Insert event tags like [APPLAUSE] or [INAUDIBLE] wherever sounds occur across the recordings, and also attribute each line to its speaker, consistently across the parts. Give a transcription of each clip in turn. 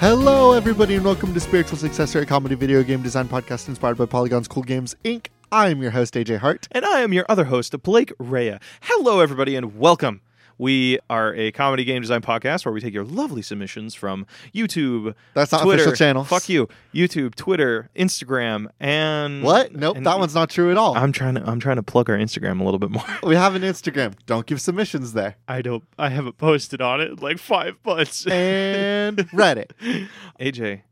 Speaker 1: Hello, everybody, and welcome to Spiritual Successor, a comedy video game design podcast inspired by Polygon's Cool Games Inc. I'm your host, AJ Hart.
Speaker 2: And I am your other host, Blake Rea. Hello, everybody, and welcome. We are a comedy game design podcast where we take your lovely submissions from YouTube.
Speaker 1: That's not
Speaker 2: Twitter,
Speaker 1: official channels.
Speaker 2: Fuck you. YouTube, Twitter, Instagram, and
Speaker 1: What? Nope,
Speaker 2: Mm, and-
Speaker 1: that one's not true at all.
Speaker 2: I'm trying to I'm trying to plug our Instagram a little bit more. [LAUGHS]
Speaker 1: we have an Instagram. Don't give submissions there.
Speaker 2: I don't I haven't posted on it in like five months. [LAUGHS]
Speaker 1: And Reddit.
Speaker 2: AJ,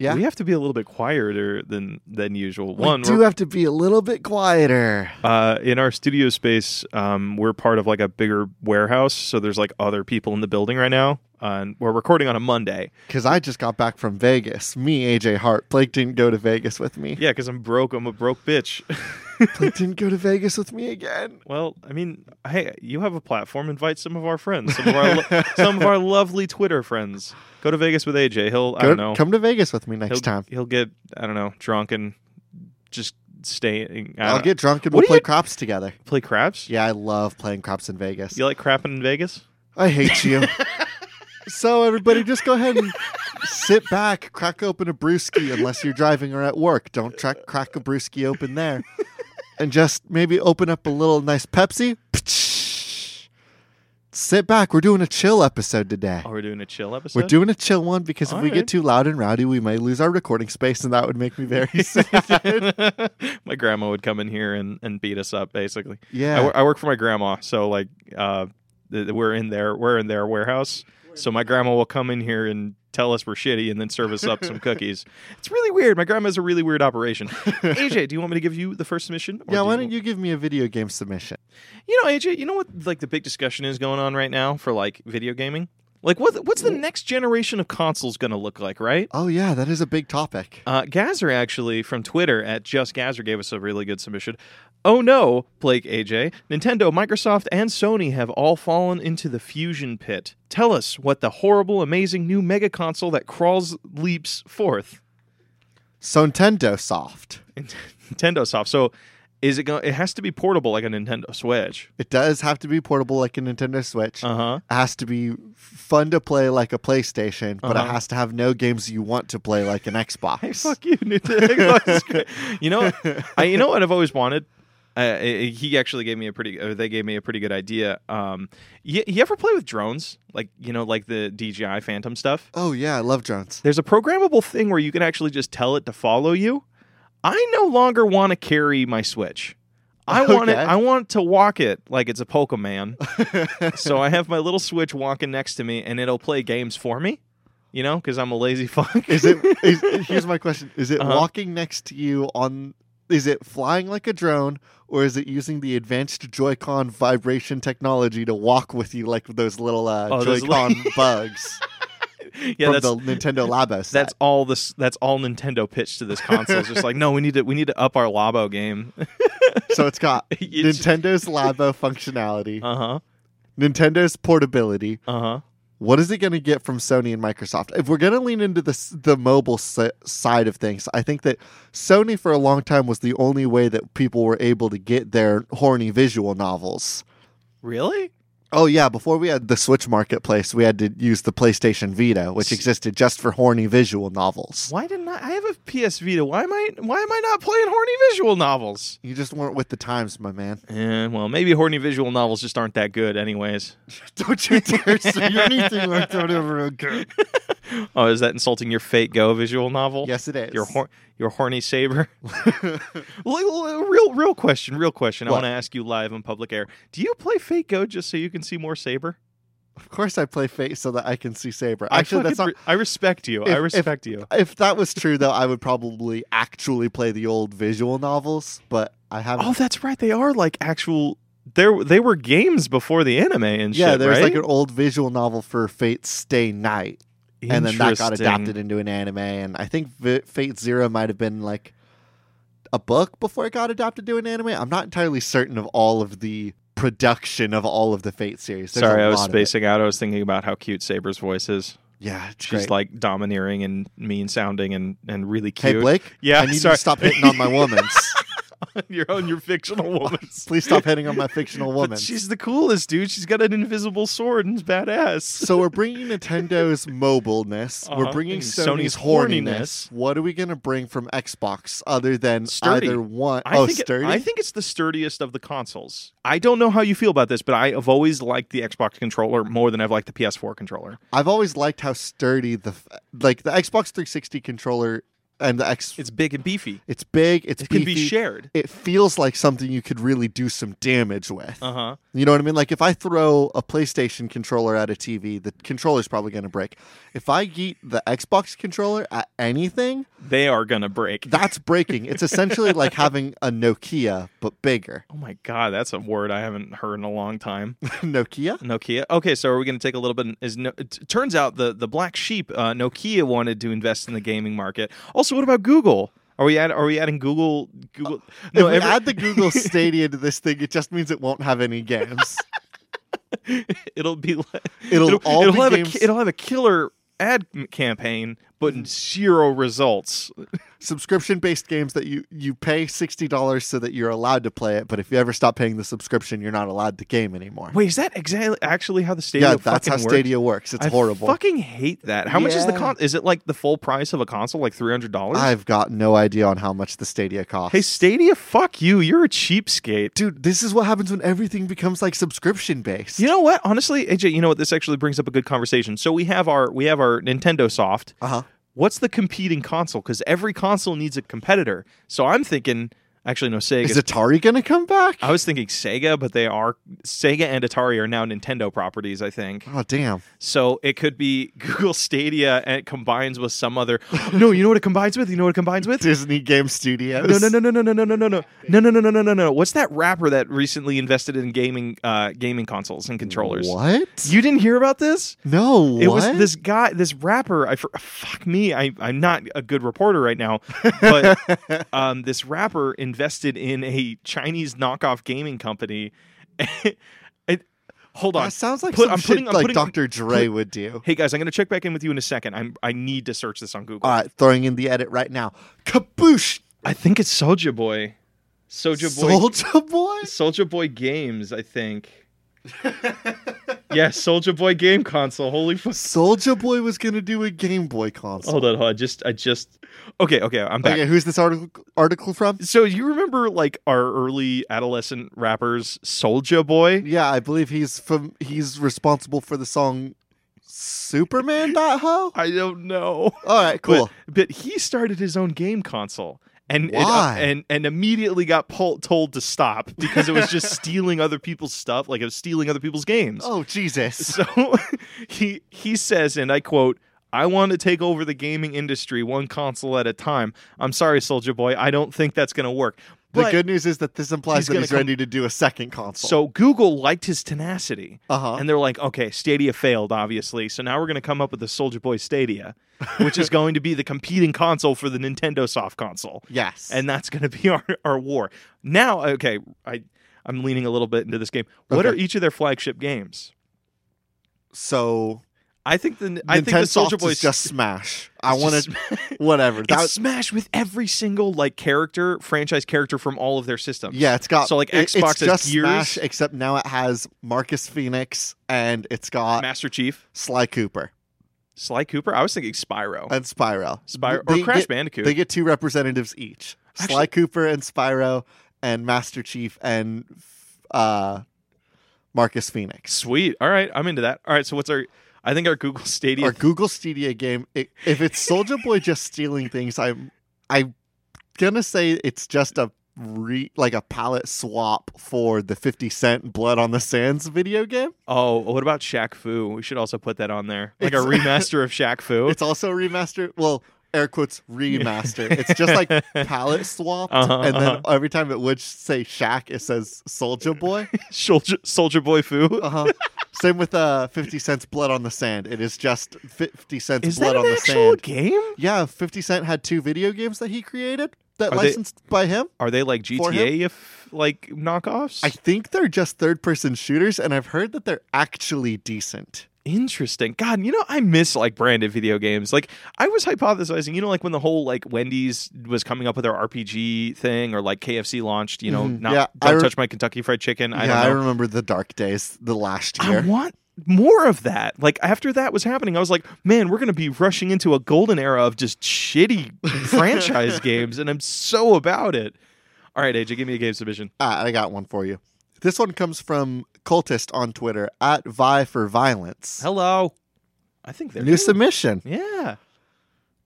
Speaker 1: Yeah?
Speaker 2: we have to be a little bit quieter than than usual.
Speaker 1: we
Speaker 2: One,
Speaker 1: do
Speaker 2: we're-
Speaker 1: have to be a little bit quieter.
Speaker 2: Uh, in our studio space, um, we're part of like a bigger warehouse, so there's like other people in the building right now, uh, and we're recording on a Monday.
Speaker 1: Because I just got back from Vegas. Me, AJ Hart. Blake didn't go to Vegas with me.
Speaker 2: Yeah, because I'm broke. I'm a broke bitch. [LAUGHS]
Speaker 1: Blake didn't go to Vegas with me again.
Speaker 2: well, I mean, hey, you have a platform. Invite some of our friends, some of
Speaker 1: [LAUGHS]
Speaker 2: our lo- some of our lovely Twitter friends. Go to Vegas with AJ. He'll I
Speaker 1: Go-
Speaker 2: don't know.
Speaker 1: Come to Vegas with me
Speaker 2: he'll,
Speaker 1: next time.
Speaker 2: he'll get I don't know drunk and just stay. I
Speaker 1: I'll
Speaker 2: don't-
Speaker 1: get drunk and
Speaker 2: uh, What
Speaker 1: we'll
Speaker 2: do
Speaker 1: play
Speaker 2: you-
Speaker 1: craps together.
Speaker 2: play craps.
Speaker 1: Yeah, I love playing craps in Vegas.
Speaker 2: You like crapping in Vegas?
Speaker 1: I hate you. so everybody, just go ahead and sit back, crack open a brewski, unless you're driving or at work. Don't tra- crack a brewski open there, and just maybe open up a little nice Pepsi. Sit back. We're doing a chill episode today.
Speaker 2: Oh, we're doing a chill episode.
Speaker 1: We're doing a chill one because if we get
Speaker 2: Alright.
Speaker 1: too loud and rowdy, we may lose our recording space, and that would make me [LAUGHS]
Speaker 2: [LAUGHS]
Speaker 1: very sad.
Speaker 2: my grandma would come in here and, and beat us up basically I
Speaker 1: yeah,
Speaker 2: wor- I work for my grandma so like uh, th- th- we're in their we're in their warehouse so my grandma will come in here and tell us we're shitty and then serve us up some
Speaker 1: [LAUGHS]
Speaker 2: cookies it's really weird my grandma's a really weird operation aj do you want me to give you the first submission or
Speaker 1: yeah.
Speaker 2: do
Speaker 1: Why don't you give me a video game submission?
Speaker 2: you know aj you know what like the big discussion is going on right now for like video gaming like what what's the next generation of consoles going to look like right
Speaker 1: Oh yeah, that is a big topic.
Speaker 2: Uh, Gazzer actually from Twitter at just Gazzer gave us a really good submission. Oh no, Blake AJ, Nintendo, Microsoft, and Sony have all fallen into the fusion pit. Tell us what the horrible, amazing new mega console that crawls leaps forth. [LAUGHS]
Speaker 1: So Nintendo Soft.
Speaker 2: Nintendo Soft. So is it going? It has to be portable like a Nintendo Switch.
Speaker 1: It does have to be portable like a Nintendo Switch.
Speaker 2: Uh huh.
Speaker 1: It has to be fun to play like a PlayStation, but it
Speaker 2: Uh-huh.
Speaker 1: has to have no games you want to play like an Xbox.
Speaker 2: [LAUGHS] Hey, fuck you, Nintendo. you know, I, you know what I've always wanted. Uh, i- i- he actually gave me a pretty, or they gave me a pretty good idea. Um, you, you ever play with drones, like you know, like the DJI Phantom stuff?
Speaker 1: Oh yeah, I love drones.
Speaker 2: There's a programmable thing where you can actually just tell it to follow you. I no longer want to carry my Switch. I want it.
Speaker 1: Okay.
Speaker 2: I want to walk it like it's a
Speaker 1: [LAUGHS]
Speaker 2: Pokemon. so I have my little Switch walking next to me, and it'll play games for me. You know, because I'm a lazy [LAUGHS] fuck.
Speaker 1: Is it? Is, here's my question: Is it
Speaker 2: Uh-huh.
Speaker 1: walking next to you on? Is it flying like a drone, or is it using the advanced Joy-Con vibration technology to walk with you like those little uh,
Speaker 2: Oh, those
Speaker 1: Joy-Con
Speaker 2: [LAUGHS]
Speaker 1: bugs
Speaker 2: yeah,
Speaker 1: from
Speaker 2: that's
Speaker 1: the Nintendo Labos? set?
Speaker 2: [LAUGHS] That's all this. That's all Nintendo pitch to this console. It's just like, no, we need to we need to up our Labo game. [LAUGHS]
Speaker 1: so it's got
Speaker 2: uh
Speaker 1: Nintendo's Labo functionality,
Speaker 2: huh.
Speaker 1: Nintendo's portability,
Speaker 2: Uh huh.
Speaker 1: what is it going to get from Sony and Microsoft? If we're going to lean into the s- the mobile si- side of things, I think that Sony for a long time was the only way that people were able to get their horny visual novels.
Speaker 2: Really?
Speaker 1: Oh yeah, before we had the Switch marketplace, we had to use the PlayStation Vita, which
Speaker 2: S-
Speaker 1: existed just for horny visual novels.
Speaker 2: Why didn't I? I have a PS Vita. Why am I? Why am I not playing horny visual novels?
Speaker 1: You just weren't with the times, my man.
Speaker 2: Eh, well, maybe horny visual novels just aren't that
Speaker 1: [GASPS]
Speaker 2: good, anyways.
Speaker 1: [LAUGHS] Don't you dare [LAUGHS] say anything like that ever again.
Speaker 2: Oh, is that insulting your fake go visual novel?
Speaker 1: Yes, it is.
Speaker 2: Your hor- your
Speaker 1: [LAUGHS]
Speaker 2: horny saber. [LAUGHS] Like, l- real real question. Real question. I
Speaker 1: What?
Speaker 2: want to ask you live on public air. Do you play fake go just so you can see more saber?
Speaker 1: of course, I play Fate so that I can see Saber.
Speaker 2: I
Speaker 1: Actually, that's
Speaker 2: fucking
Speaker 1: not
Speaker 2: re- I respect you.
Speaker 1: If-
Speaker 2: I
Speaker 1: if-
Speaker 2: respect you.
Speaker 1: if that was true though i would probably actually play the old visual novels but i haven't
Speaker 2: Oh, that's right. They are like actual. There, they were games before the anime and
Speaker 1: yeah
Speaker 2: shit.
Speaker 1: there's
Speaker 2: right?
Speaker 1: like an old visual novel for fate stay night and then that got adapted into an anime and i think v- fate zero might have been like a book before it got adapted to an anime i'm not entirely certain of all of the production of all of the fate series There's
Speaker 2: Sorry,
Speaker 1: I
Speaker 2: I was spacing out. I was thinking about how cute Saber's voice is.
Speaker 1: yeah it's
Speaker 2: She's
Speaker 1: great.
Speaker 2: like domineering and mean sounding and and really
Speaker 1: hey
Speaker 2: cute.
Speaker 1: blake
Speaker 2: [LAUGHS] yeah,
Speaker 1: i need you
Speaker 2: sorry.
Speaker 1: to stop hitting on my woman's
Speaker 2: [LAUGHS] You're on
Speaker 1: [LAUGHS]
Speaker 2: your fictional woman.
Speaker 1: Please stop hitting on my fictional woman.
Speaker 2: But she's the coolest, dude. She's got an invisible sword and it's badass.
Speaker 1: so we're bringing Nintendo's mobileness. We're
Speaker 2: Uh-huh.
Speaker 1: bringing
Speaker 2: And
Speaker 1: Sony's,
Speaker 2: Sony's
Speaker 1: horniness.
Speaker 2: horniness.
Speaker 1: What are we gonna bring from Xbox other than
Speaker 2: Sturdy.
Speaker 1: either one?
Speaker 2: I
Speaker 1: oh,
Speaker 2: think it-
Speaker 1: sturdy.
Speaker 2: I think it's the sturdiest of the consoles. I don't know how you feel about this, but I have always liked the Xbox controller more than I've liked the PS4 controller.
Speaker 1: I've always liked how sturdy the f- like the Xbox 360 controller and the X. It's,
Speaker 2: It's big and beefy.
Speaker 1: big. It's
Speaker 2: It can be
Speaker 1: beefy.
Speaker 2: shared.
Speaker 1: It feels like something you could really do some damage with.
Speaker 2: Uh huh.
Speaker 1: You know what I mean? Like if I throw a PlayStation controller at a TV, the controller's probably going to break. If I yeet the Xbox controller at anything,
Speaker 2: They are gonna break.
Speaker 1: that's breaking. It's essentially like having a Nokia but bigger.
Speaker 2: Oh my god, that's a word I haven't heard in a long time. [LAUGHS]
Speaker 1: Nokia?
Speaker 2: Nokia. Okay, so are we going to take a little bit? Is no, it turns out the the black sheep uh, Nokia wanted to invest in the gaming market. Also, what about Google? Are we add, Are we adding Google? Google?
Speaker 1: No, Uh, if we
Speaker 2: every-
Speaker 1: add the Google Stadia to this thing, it just means it won't have any games.
Speaker 2: [LAUGHS] it'll be. li-
Speaker 1: It'll all be
Speaker 2: have
Speaker 1: games- Mm.
Speaker 2: a ki- it'll have a killer ad m- campaign, but zero results.
Speaker 1: Subscription-based games that you you pay sixty dollars so that you're allowed to play it, but if you ever stop paying the subscription, you're not allowed to game anymore.
Speaker 2: Wait, is that exactly actually how the Stadia?
Speaker 1: yeah, that's how
Speaker 2: fucking works?
Speaker 1: Stadia works. It's
Speaker 2: I
Speaker 1: horrible.
Speaker 2: Fucking hate that. How much is the
Speaker 1: Yeah.
Speaker 2: con? Is it like the full price of a console, like three hundred dollars?
Speaker 1: I've got no idea on how much the Stadia costs.
Speaker 2: Hey, Stadia, fuck you. You're a cheapskate.
Speaker 1: dude this is what happens when everything becomes like subscription based
Speaker 2: You know what? Honestly, AJ, you know what? This actually brings up a good conversation. So we have our we have our Nintendo Soft.
Speaker 1: uh-huh
Speaker 2: What's the competing console? Because every console needs a competitor. So I'm thinking, actually, no, Sega.
Speaker 1: is atari gonna come back
Speaker 2: I was thinking Sega, but they are Sega and Atari are now Nintendo properties. I think
Speaker 1: oh damn
Speaker 2: so. It could be [LAUGHS] Google Stadia and it combines with some other. [GASPS] no, you know what it combines with? You know what it combines with?
Speaker 1: disney game studios
Speaker 2: No, no, no, no, no, no, no, no, no, no, no, no, no, no, no, no. What's that rapper that recently invested in gaming, uh, gaming consoles and controllers?
Speaker 1: what
Speaker 2: You didn't hear about this?
Speaker 1: no
Speaker 2: It
Speaker 1: what?
Speaker 2: was this guy, this rapper. I for- fuck me. I I'm not a good reporter right now, but [LAUGHS] um, this rapper invested in a Chinese knockoff gaming company. [LAUGHS] It- hold on.
Speaker 1: that sounds like
Speaker 2: Put-
Speaker 1: some
Speaker 2: I'm putting-
Speaker 1: shit
Speaker 2: I'm
Speaker 1: like
Speaker 2: putting-
Speaker 1: dr dre would do
Speaker 2: Hey guys, I'm gonna check back in with you in a second. I'm I need to search this on Google.
Speaker 1: all right throwing in the edit right now kaboosh
Speaker 2: I think it's Soldier Boy. Soldier Boy.
Speaker 1: soldier boy
Speaker 2: Soldier Boy Games, I think. [LAUGHS] yeah, Soldier Boy game console. Holy fuck.
Speaker 1: soldier boy was gonna do a game boy console
Speaker 2: Hold on, hold on. Just I just Okay, okay, I'm back.
Speaker 1: okay who's this article article from
Speaker 2: So you remember like our early adolescent rappers Soldier Boy?
Speaker 1: yeah i believe he's from he's responsible for the song superman.ho
Speaker 2: I don't know.
Speaker 1: all right cool
Speaker 2: But, but he started his own game console. And and, uh,
Speaker 1: Why?
Speaker 2: and and immediately got pol- told to stop because it was just stealing other people's stuff, like it was stealing other people's games.
Speaker 1: Oh Jesus!
Speaker 2: So [LAUGHS] he he says, and I quote, I want to take over the gaming industry one console at a time. I'm sorry, Soldier Boy, I don't think that's gonna work.
Speaker 1: The
Speaker 2: But
Speaker 1: good news is that this implies
Speaker 2: he's
Speaker 1: that
Speaker 2: gonna
Speaker 1: he's
Speaker 2: come-
Speaker 1: ready to do a second console.
Speaker 2: so Google liked his tenacity.
Speaker 1: uh huh.
Speaker 2: And they're like, okay, Stadia failed, obviously. So now we're going to come up with the Soldier Boy Stadia,
Speaker 1: [LAUGHS]
Speaker 2: which is going to be the competing console for the Nintendo Soft console.
Speaker 1: Yes.
Speaker 2: And that's going to be [LAUGHS] our, our war. Now, okay, I, I'm leaning a little bit into this game. What
Speaker 1: Okay.
Speaker 2: are each of their flagship games?
Speaker 1: so
Speaker 2: I think the I think the
Speaker 1: Nintendo
Speaker 2: Soldier
Speaker 1: Soft
Speaker 2: Boy
Speaker 1: is just Smash. I
Speaker 2: [LAUGHS] It's
Speaker 1: want
Speaker 2: just [LAUGHS]
Speaker 1: to [LAUGHS] whatever.
Speaker 2: It's
Speaker 1: That
Speaker 2: Smash with every single like character, franchise character from all of their systems.
Speaker 1: yeah, it's got
Speaker 2: So, like,
Speaker 1: it-
Speaker 2: Xbox
Speaker 1: it's
Speaker 2: has
Speaker 1: just
Speaker 2: Gears.
Speaker 1: Smash, except now it has Marcus Phoenix and it's got
Speaker 2: Master Chief,
Speaker 1: Sly Cooper
Speaker 2: Sly Cooper. I was thinking Spyro,
Speaker 1: and Spyro.
Speaker 2: Spyro
Speaker 1: Uh, They
Speaker 2: or Crash
Speaker 1: get-
Speaker 2: Bandicoot.
Speaker 1: They get two representatives each: Sly
Speaker 2: Actually-
Speaker 1: Cooper and Spyro, and Master Chief and uh, Marcus Phoenix.
Speaker 2: Sweet. All right, I'm into that. All right, so what's our? I think our Google Stadia.
Speaker 1: our Google Stadia game. i if it's Soldier Boy just stealing things, I'm I'm gonna say it's just a re like a palette swap for the Fifty Cent Blood on the Sands video game.
Speaker 2: oh, what about Shaq Fu? We should also put that on there, like a
Speaker 1: It's- [LAUGHS]
Speaker 2: remaster of Shaq Fu.
Speaker 1: It's also a remaster. Well, air quotes remaster. It's just
Speaker 2: [LAUGHS]
Speaker 1: like palette swapped,
Speaker 2: Uh-huh,
Speaker 1: and then
Speaker 2: uh-huh.
Speaker 1: every time it would say Shaq, it says Soldier Boy.
Speaker 2: Soldier, Soldier Boy Fu.
Speaker 1: Uh-huh. Same with uh, Fifty Cent's Blood on the Sand. It is just Fifty Cent's
Speaker 2: Is
Speaker 1: Blood
Speaker 2: that an
Speaker 1: on the
Speaker 2: actual
Speaker 1: Sand.
Speaker 2: game?
Speaker 1: Yeah, 50 Cent had two video games that he created that
Speaker 2: Are they-
Speaker 1: licensed by him.
Speaker 2: Are they like
Speaker 1: For him?
Speaker 2: GTA if like knockoffs?
Speaker 1: I think they're just third person shooters, and I've heard that they're actually decent.
Speaker 2: Interesting. God, you know, I miss like branded video games. Like I was hypothesizing, you know, like when the whole like Wendy's was coming up with their RPG thing or like KFC launched, you know,
Speaker 1: Mhm.
Speaker 2: not
Speaker 1: Yeah, I
Speaker 2: don't
Speaker 1: re-
Speaker 2: touch my Kentucky fried chicken. I
Speaker 1: yeah, I
Speaker 2: don't know.
Speaker 1: remember the dark days the last
Speaker 2: I,
Speaker 1: year.
Speaker 2: want more of that. Like after that was happening, I was like, man, we're gonna be rushing into a golden era of
Speaker 1: [LAUGHS]
Speaker 2: just shitty franchise games, and I'm so about it. All right, AJ, give me a game submission.
Speaker 1: Ah, I got one for you. This one comes from Cultist on Twitter at Vi for Violence.
Speaker 2: Hello. I think they're
Speaker 1: New submission.
Speaker 2: Yeah.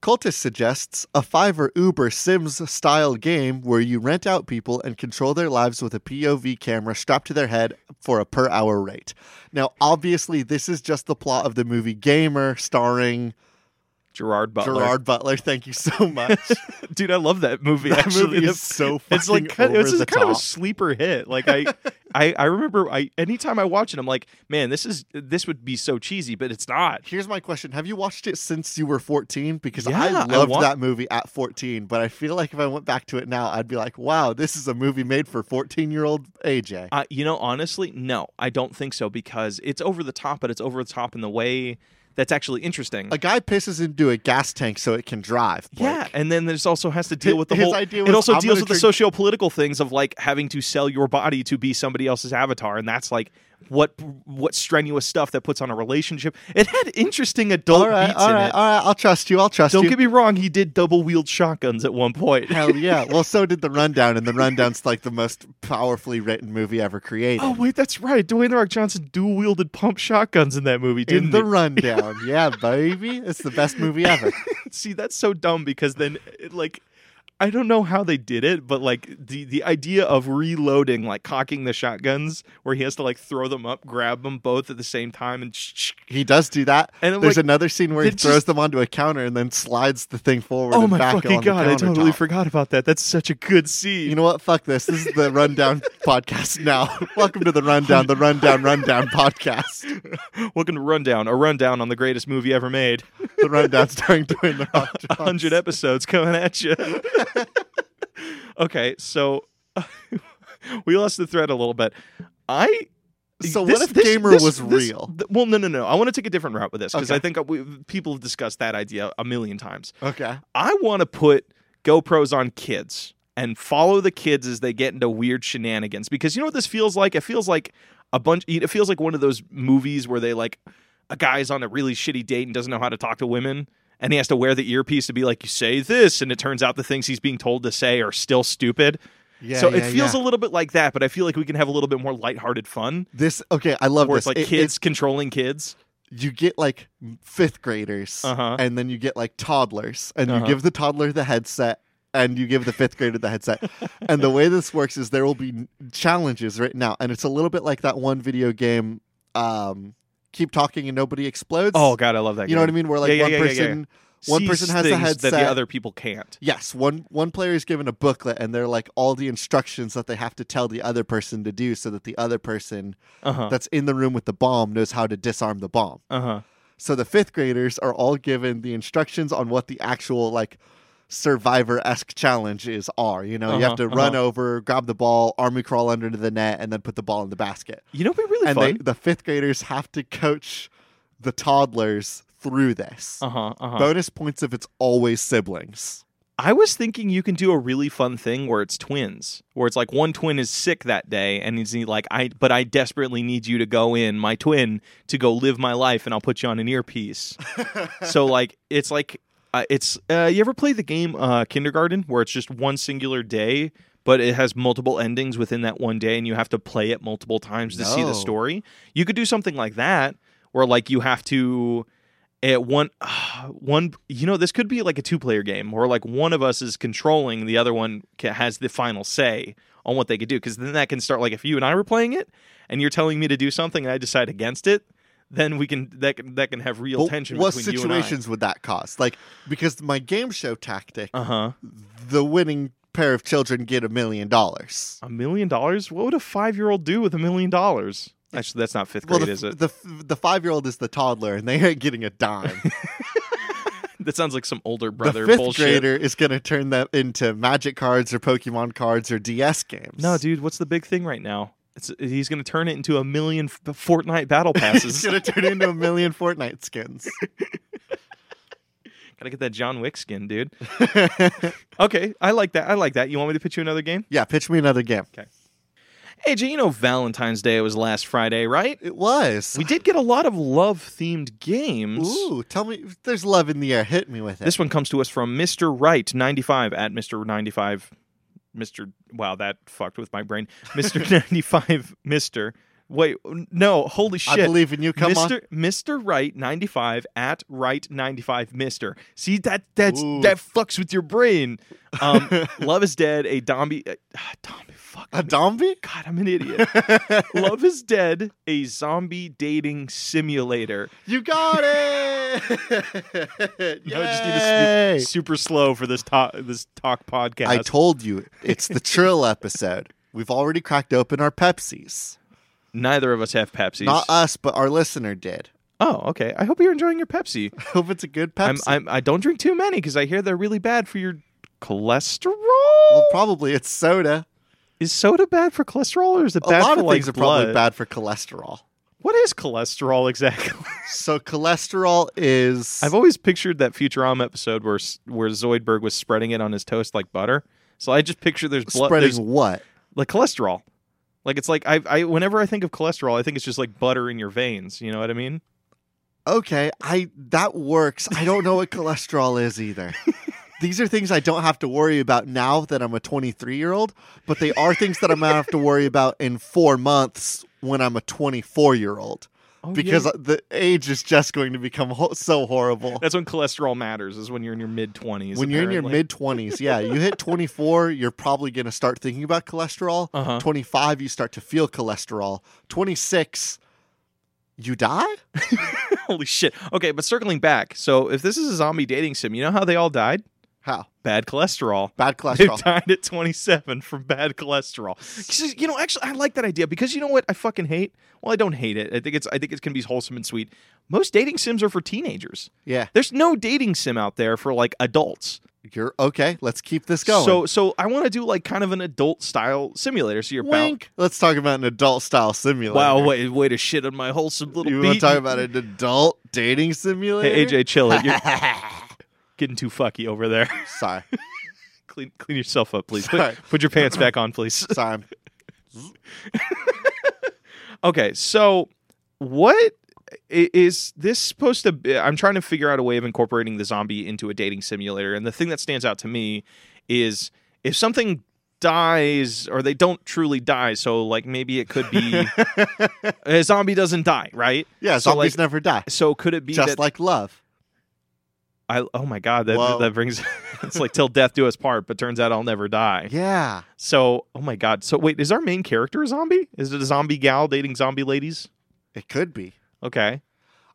Speaker 1: Cultist suggests a Fiverr Uber Sims style game where you rent out people and control their lives with a POV camera strapped to their head for a per hour rate. Now, obviously, this is just the plot of the movie Gamer starring
Speaker 2: Gerard Butler.
Speaker 1: Gerard Butler. [LAUGHS] Thank you so much. [LAUGHS]
Speaker 2: Dude, I love that movie.
Speaker 1: that
Speaker 2: actually,
Speaker 1: movie
Speaker 2: The-
Speaker 1: is so fucking
Speaker 2: it's like kind
Speaker 1: over
Speaker 2: it's
Speaker 1: the
Speaker 2: just kind of a
Speaker 1: top.
Speaker 2: sleeper hit.
Speaker 1: [LAUGHS]
Speaker 2: Like I, I, I remember. I anytime I watch it, I'm like, man, this is this would be so cheesy, but it's not.
Speaker 1: Here's my question: Have you watched it since you were 14? Because
Speaker 2: Yeah,
Speaker 1: I
Speaker 2: I
Speaker 1: loved
Speaker 2: want-
Speaker 1: that movie at 14, but I feel like if I went back to it now, I'd be like, "Wow, this is a movie made for 14-year-old AJ."
Speaker 2: Uh, you know, honestly, no, I don't think so because it's over the top, but it's over the top in the way that's actually interesting.
Speaker 1: A guy pisses into a gas tank so it can drive.
Speaker 2: yeah,
Speaker 1: Blake.
Speaker 2: and then there's also has to deal with
Speaker 1: [LAUGHS]
Speaker 2: the
Speaker 1: His
Speaker 2: whole.
Speaker 1: idea
Speaker 2: it
Speaker 1: was,
Speaker 2: also
Speaker 1: "I'm
Speaker 2: deals
Speaker 1: gonna
Speaker 2: with the
Speaker 1: drink-
Speaker 2: socio-political things of like having to sell your body to be somebody else's avatar, and that's like what what strenuous stuff that puts on a relationship. It had interesting adult
Speaker 1: All right,
Speaker 2: beats
Speaker 1: all
Speaker 2: in
Speaker 1: right,
Speaker 2: it.
Speaker 1: all right. I'll trust you. I'll trust
Speaker 2: Don't
Speaker 1: you.
Speaker 2: get me wrong, he did double wield shotguns at one point.
Speaker 1: [LAUGHS] Hell yeah. Well, so did the rundown, and the rundown's like the most powerfully written movie ever created.
Speaker 2: Oh wait, that's right. Dwayne The Rock Johnson dual wielded pump shotguns in that movie,
Speaker 1: in
Speaker 2: didn't
Speaker 1: the rundown, yeah, baby, it's the best movie ever.
Speaker 2: he? See, that's so dumb because then it, like I don't know how they did it, but like the the idea of reloading, like cocking the shotguns, where he has to like throw them up, grab them both at the same time, and sh- sh-
Speaker 1: He does do that.
Speaker 2: And I'm
Speaker 1: There's
Speaker 2: like,
Speaker 1: another scene where he
Speaker 2: it
Speaker 1: throws
Speaker 2: just-
Speaker 1: them onto a counter and then slides the thing forward.
Speaker 2: oh
Speaker 1: and
Speaker 2: my
Speaker 1: back
Speaker 2: fucking
Speaker 1: on the
Speaker 2: god, I totally
Speaker 1: countertop.
Speaker 2: forgot about that. That's such a good scene.
Speaker 1: You know what? Fuck this. This is the
Speaker 2: [LAUGHS]
Speaker 1: rundown podcast now. [LAUGHS] Welcome to the rundown, the rundown, rundown podcast.
Speaker 2: Welcome to Rundown, a rundown on the greatest movie ever made.
Speaker 1: The rundown starring Dwayne the
Speaker 2: [LAUGHS]
Speaker 1: Rock Johnson.
Speaker 2: 100 episodes coming at you. [LAUGHS] okay, so [LAUGHS] we lost the thread a little bit. I.
Speaker 1: So
Speaker 2: this-
Speaker 1: what if
Speaker 2: this-
Speaker 1: Gamer
Speaker 2: this-
Speaker 1: was
Speaker 2: this-
Speaker 1: real?
Speaker 2: th- well, no, no, no. I want to take a different route with this because
Speaker 1: Okay.
Speaker 2: I think uh, we, people have discussed that idea a million times.
Speaker 1: Okay.
Speaker 2: I want to put GoPros on kids and follow the kids as they get into weird shenanigans because you know what this feels like? It feels like a bunch it feels like one of those movies where they like a guy's on a really shitty date and doesn't know how to talk to women and he has to wear the earpiece to be like you say this and it turns out the things he's being told to say are still stupid.
Speaker 1: Yeah.
Speaker 2: so it
Speaker 1: yeah,
Speaker 2: feels
Speaker 1: yeah.
Speaker 2: a little bit like that, but I feel like we can have a little bit more lighthearted fun
Speaker 1: this okay. I love
Speaker 2: where
Speaker 1: this.
Speaker 2: it's like
Speaker 1: It- it-
Speaker 2: kids controlling kids.
Speaker 1: you get like fifth graders,
Speaker 2: Uh-huh.
Speaker 1: and then you get like toddlers, and
Speaker 2: Uh-huh.
Speaker 1: you give the toddler the headset. And you give the fifth grader the
Speaker 2: [LAUGHS]
Speaker 1: headset. and the way this works is there will be challenges written out. And it's a little bit like that one video game, um, Keep Talking and Nobody Explodes.
Speaker 2: Oh god, I love that.
Speaker 1: you know what I mean? Where like
Speaker 2: Yeah, yeah,
Speaker 1: one
Speaker 2: yeah, yeah, yeah.
Speaker 1: person one person has a
Speaker 2: that the
Speaker 1: headset.
Speaker 2: other people can't.
Speaker 1: Yes, one one player is given a booklet and they're like all the instructions that they have to tell the other person to do so that the other person
Speaker 2: Uh-huh.
Speaker 1: that's in the room with the bomb knows how to disarm the bomb.
Speaker 2: Uh-huh.
Speaker 1: So the fifth graders are all given the instructions on what the actual like survivor esque challenges are. You know, you have
Speaker 2: Uh-huh,
Speaker 1: to run over, grab the ball, army crawl under the net, and then put the ball in the basket.
Speaker 2: You know what would be really
Speaker 1: and they,
Speaker 2: fun?
Speaker 1: the fifth graders have to coach the toddlers through this.
Speaker 2: Uh-huh, uh-huh.
Speaker 1: Bonus points if it's always siblings.
Speaker 2: I was thinking you can do a really fun thing where it's twins, where it's like one twin is sick that day and he's like, I but I desperately need you to go in, my twin, to go live my life, and I'll put you on an earpiece. so like it's like uh, it's uh, you ever play the game uh, Kindergarten where it's just one singular day, but it has multiple endings within that one day, and you have to play it multiple times to see
Speaker 1: No.
Speaker 2: the story. You could do something like that, where like you have to at one [SIGHS] one you know this could be like a two player game where like one of us is controlling the other one ca- has the final say on what they could do because then that can start like if you and I were playing it and you're telling me to do something and I decide against it then we can that can that can have real
Speaker 1: But
Speaker 2: tension
Speaker 1: what
Speaker 2: between you
Speaker 1: situations would that cause? Like, because my game show tactic,
Speaker 2: and I. Uh huh.
Speaker 1: the winning pair of children get a million dollars.
Speaker 2: A million dollars? What would a five year old do with a million dollars? Actually, that's not fifth
Speaker 1: Well,
Speaker 2: grade,
Speaker 1: the,
Speaker 2: is it? [LAUGHS]
Speaker 1: the the five year old is the toddler, and they [LAUGHS] ain't getting a dime.
Speaker 2: That sounds like some older
Speaker 1: the
Speaker 2: [LAUGHS] brother
Speaker 1: fifth
Speaker 2: bullshit.
Speaker 1: grader is going to turn that into magic cards or Pokemon cards or DS games.
Speaker 2: No, dude, what's the big thing right now? It's, he's going to turn it into a million F-
Speaker 1: [LAUGHS]
Speaker 2: Fortnite battle passes.
Speaker 1: [LAUGHS] It's gonna turn into a million Fortnite skins. [LAUGHS]
Speaker 2: Gotta get that John Wick skin, dude. Okay, I like that. I like that. You want me to pitch you another game?
Speaker 1: yeah, pitch me another game.
Speaker 2: AJ, you know Valentine's Day was last Friday, right?
Speaker 1: It was.
Speaker 2: We did get a lot of love themed games.
Speaker 1: Ooh, tell me if there's love in the air. Hit me with it.
Speaker 2: This one comes to us from Mr. Wright, 95, at Mr. 95. Mr. Wow, that fucked with my brain. [LAUGHS] Mr. 95, Mr. Wait, no, holy shit.
Speaker 1: I believe in you. Come on.
Speaker 2: Mr. Mr. Wright 95 at Wright 95 Mr. See that that's
Speaker 1: Ooh.
Speaker 2: that fucks with your brain. Um
Speaker 1: [LAUGHS]
Speaker 2: Love is Dead, a Dombie uh, Dombie fuck.
Speaker 1: A zombie?
Speaker 2: God, I'm
Speaker 1: [LAUGHS]
Speaker 2: an idiot. Love is Dead, a zombie dating simulator.
Speaker 1: You got [LAUGHS]
Speaker 2: [LAUGHS]
Speaker 1: it.
Speaker 2: Now I just need to
Speaker 1: Yay!
Speaker 2: speak super slow for this talk this talk podcast.
Speaker 1: I told you it's the Trill episode. We've already cracked open our Pepsis.
Speaker 2: Neither of us have Pepsi.
Speaker 1: Not us, but our listener did. [LAUGHS]
Speaker 2: oh, okay. I hope you're enjoying your Pepsi.
Speaker 1: Hope it's a good
Speaker 2: I'm,
Speaker 1: Pepsi.
Speaker 2: I'm, I don't drink too many because I hear they're really bad for your cholesterol.
Speaker 1: well, probably it's soda.
Speaker 2: Is soda bad for cholesterol, or is it
Speaker 1: A
Speaker 2: bad
Speaker 1: lot
Speaker 2: for
Speaker 1: of
Speaker 2: like
Speaker 1: things are
Speaker 2: blood?
Speaker 1: probably bad for cholesterol.
Speaker 2: What is cholesterol exactly?
Speaker 1: So cholesterol is
Speaker 2: [LAUGHS] I've always pictured that Futurama episode where s- where Zoidberg was spreading it on his toast like butter. So I just picture there's blood,
Speaker 1: spreading
Speaker 2: there's
Speaker 1: what?
Speaker 2: like cholesterol. Like it's like I, I whenever I think of cholesterol, I think it's just like butter in your veins. You know what I mean?
Speaker 1: Okay, I that works. I don't know what cholesterol is
Speaker 2: [LAUGHS]
Speaker 1: either. These are things I don't have to worry about now that I'm a 23 year old, but they are things that I'm gonna have to worry about in four months when I'm a 24 year old
Speaker 2: Oh,
Speaker 1: because
Speaker 2: yeah.
Speaker 1: the age is just going to become ho- so horrible.
Speaker 2: that's when cholesterol matters is when you're in your mid twenties.
Speaker 1: When you're in your mid 20s, yeah, you hit 24, [LAUGHS] you're probably going to start thinking about cholesterol.
Speaker 2: uh huh.
Speaker 1: 25, you start to feel cholesterol. 26, you die?
Speaker 2: [LAUGHS] Holy shit. Okay, but circling back. So if this is a zombie dating sim, you know how they all died?
Speaker 1: How?
Speaker 2: Bad cholesterol. [LAUGHS]
Speaker 1: Bad
Speaker 2: They
Speaker 1: cholesterol.
Speaker 2: died at 27 from bad cholesterol. 'Cause, You know, actually, I like that idea because you know what I fucking hate. Well, I don't hate it. I think it's I think it can be wholesome and sweet. Most dating sims are for teenagers.
Speaker 1: Yeah.
Speaker 2: There's no dating sim out there for like adults.
Speaker 1: You're okay. Let's keep this going.
Speaker 2: So so I want to do like kind of an adult style simulator. So you're bound.
Speaker 1: wink. Let's talk about an adult style simulator.
Speaker 2: Wow, wait, way to shit on my wholesome little.
Speaker 1: You
Speaker 2: beat.
Speaker 1: want to talk about an adult dating simulator?
Speaker 2: Hey AJ, chill it.
Speaker 1: [LAUGHS]
Speaker 2: You're getting too fucky over there. [LAUGHS]
Speaker 1: sorry,
Speaker 2: clean clean yourself
Speaker 1: [LAUGHS]
Speaker 2: up, please.
Speaker 1: Sorry.
Speaker 2: Put, put your pants back on, please.
Speaker 1: sorry. I'm-
Speaker 2: Okay, so what i- is this supposed to be? I'm trying to figure out a way of incorporating the zombie into a dating simulator. And the thing that stands out to me is if something dies or they don't truly die, so like maybe it
Speaker 1: [LAUGHS]
Speaker 2: could be a zombie doesn't die, right?
Speaker 1: Yeah,
Speaker 2: So,
Speaker 1: zombies
Speaker 2: like,
Speaker 1: never die.
Speaker 2: So could it be
Speaker 1: Just
Speaker 2: that
Speaker 1: like love.
Speaker 2: I oh my god, that
Speaker 1: Whoa.
Speaker 2: that brings [LAUGHS] it's like till death do us part, but turns out I'll never die.
Speaker 1: Yeah.
Speaker 2: So, oh my god. So wait, is our main character a zombie? Is it a zombie gal dating zombie ladies?
Speaker 1: It could be.
Speaker 2: Okay.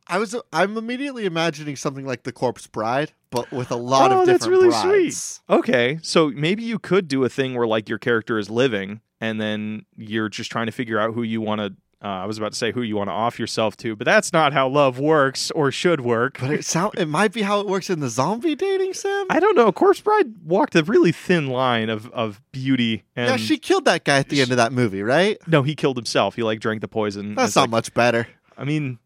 Speaker 1: I was. I'm immediately imagining something like the Corpse Bride, but with a lot
Speaker 2: Oh,
Speaker 1: of
Speaker 2: that's
Speaker 1: different
Speaker 2: really
Speaker 1: brides.
Speaker 2: Okay, so maybe you could do a thing where like your character is living, and then you're just trying to figure out who you want to. Uh, I was about to say who you want to off yourself to, but that's not how love works or should work.
Speaker 1: But it sound. It might be how it works in the zombie dating sim.
Speaker 2: I don't know. Corpse Bride walked a really thin line of of beauty. And
Speaker 1: yeah, she killed that guy at the end of that movie, right?
Speaker 2: No, he killed himself. He like drank the poison.
Speaker 1: That's
Speaker 2: Mm, It's
Speaker 1: not
Speaker 2: like-
Speaker 1: much better.
Speaker 2: I mean,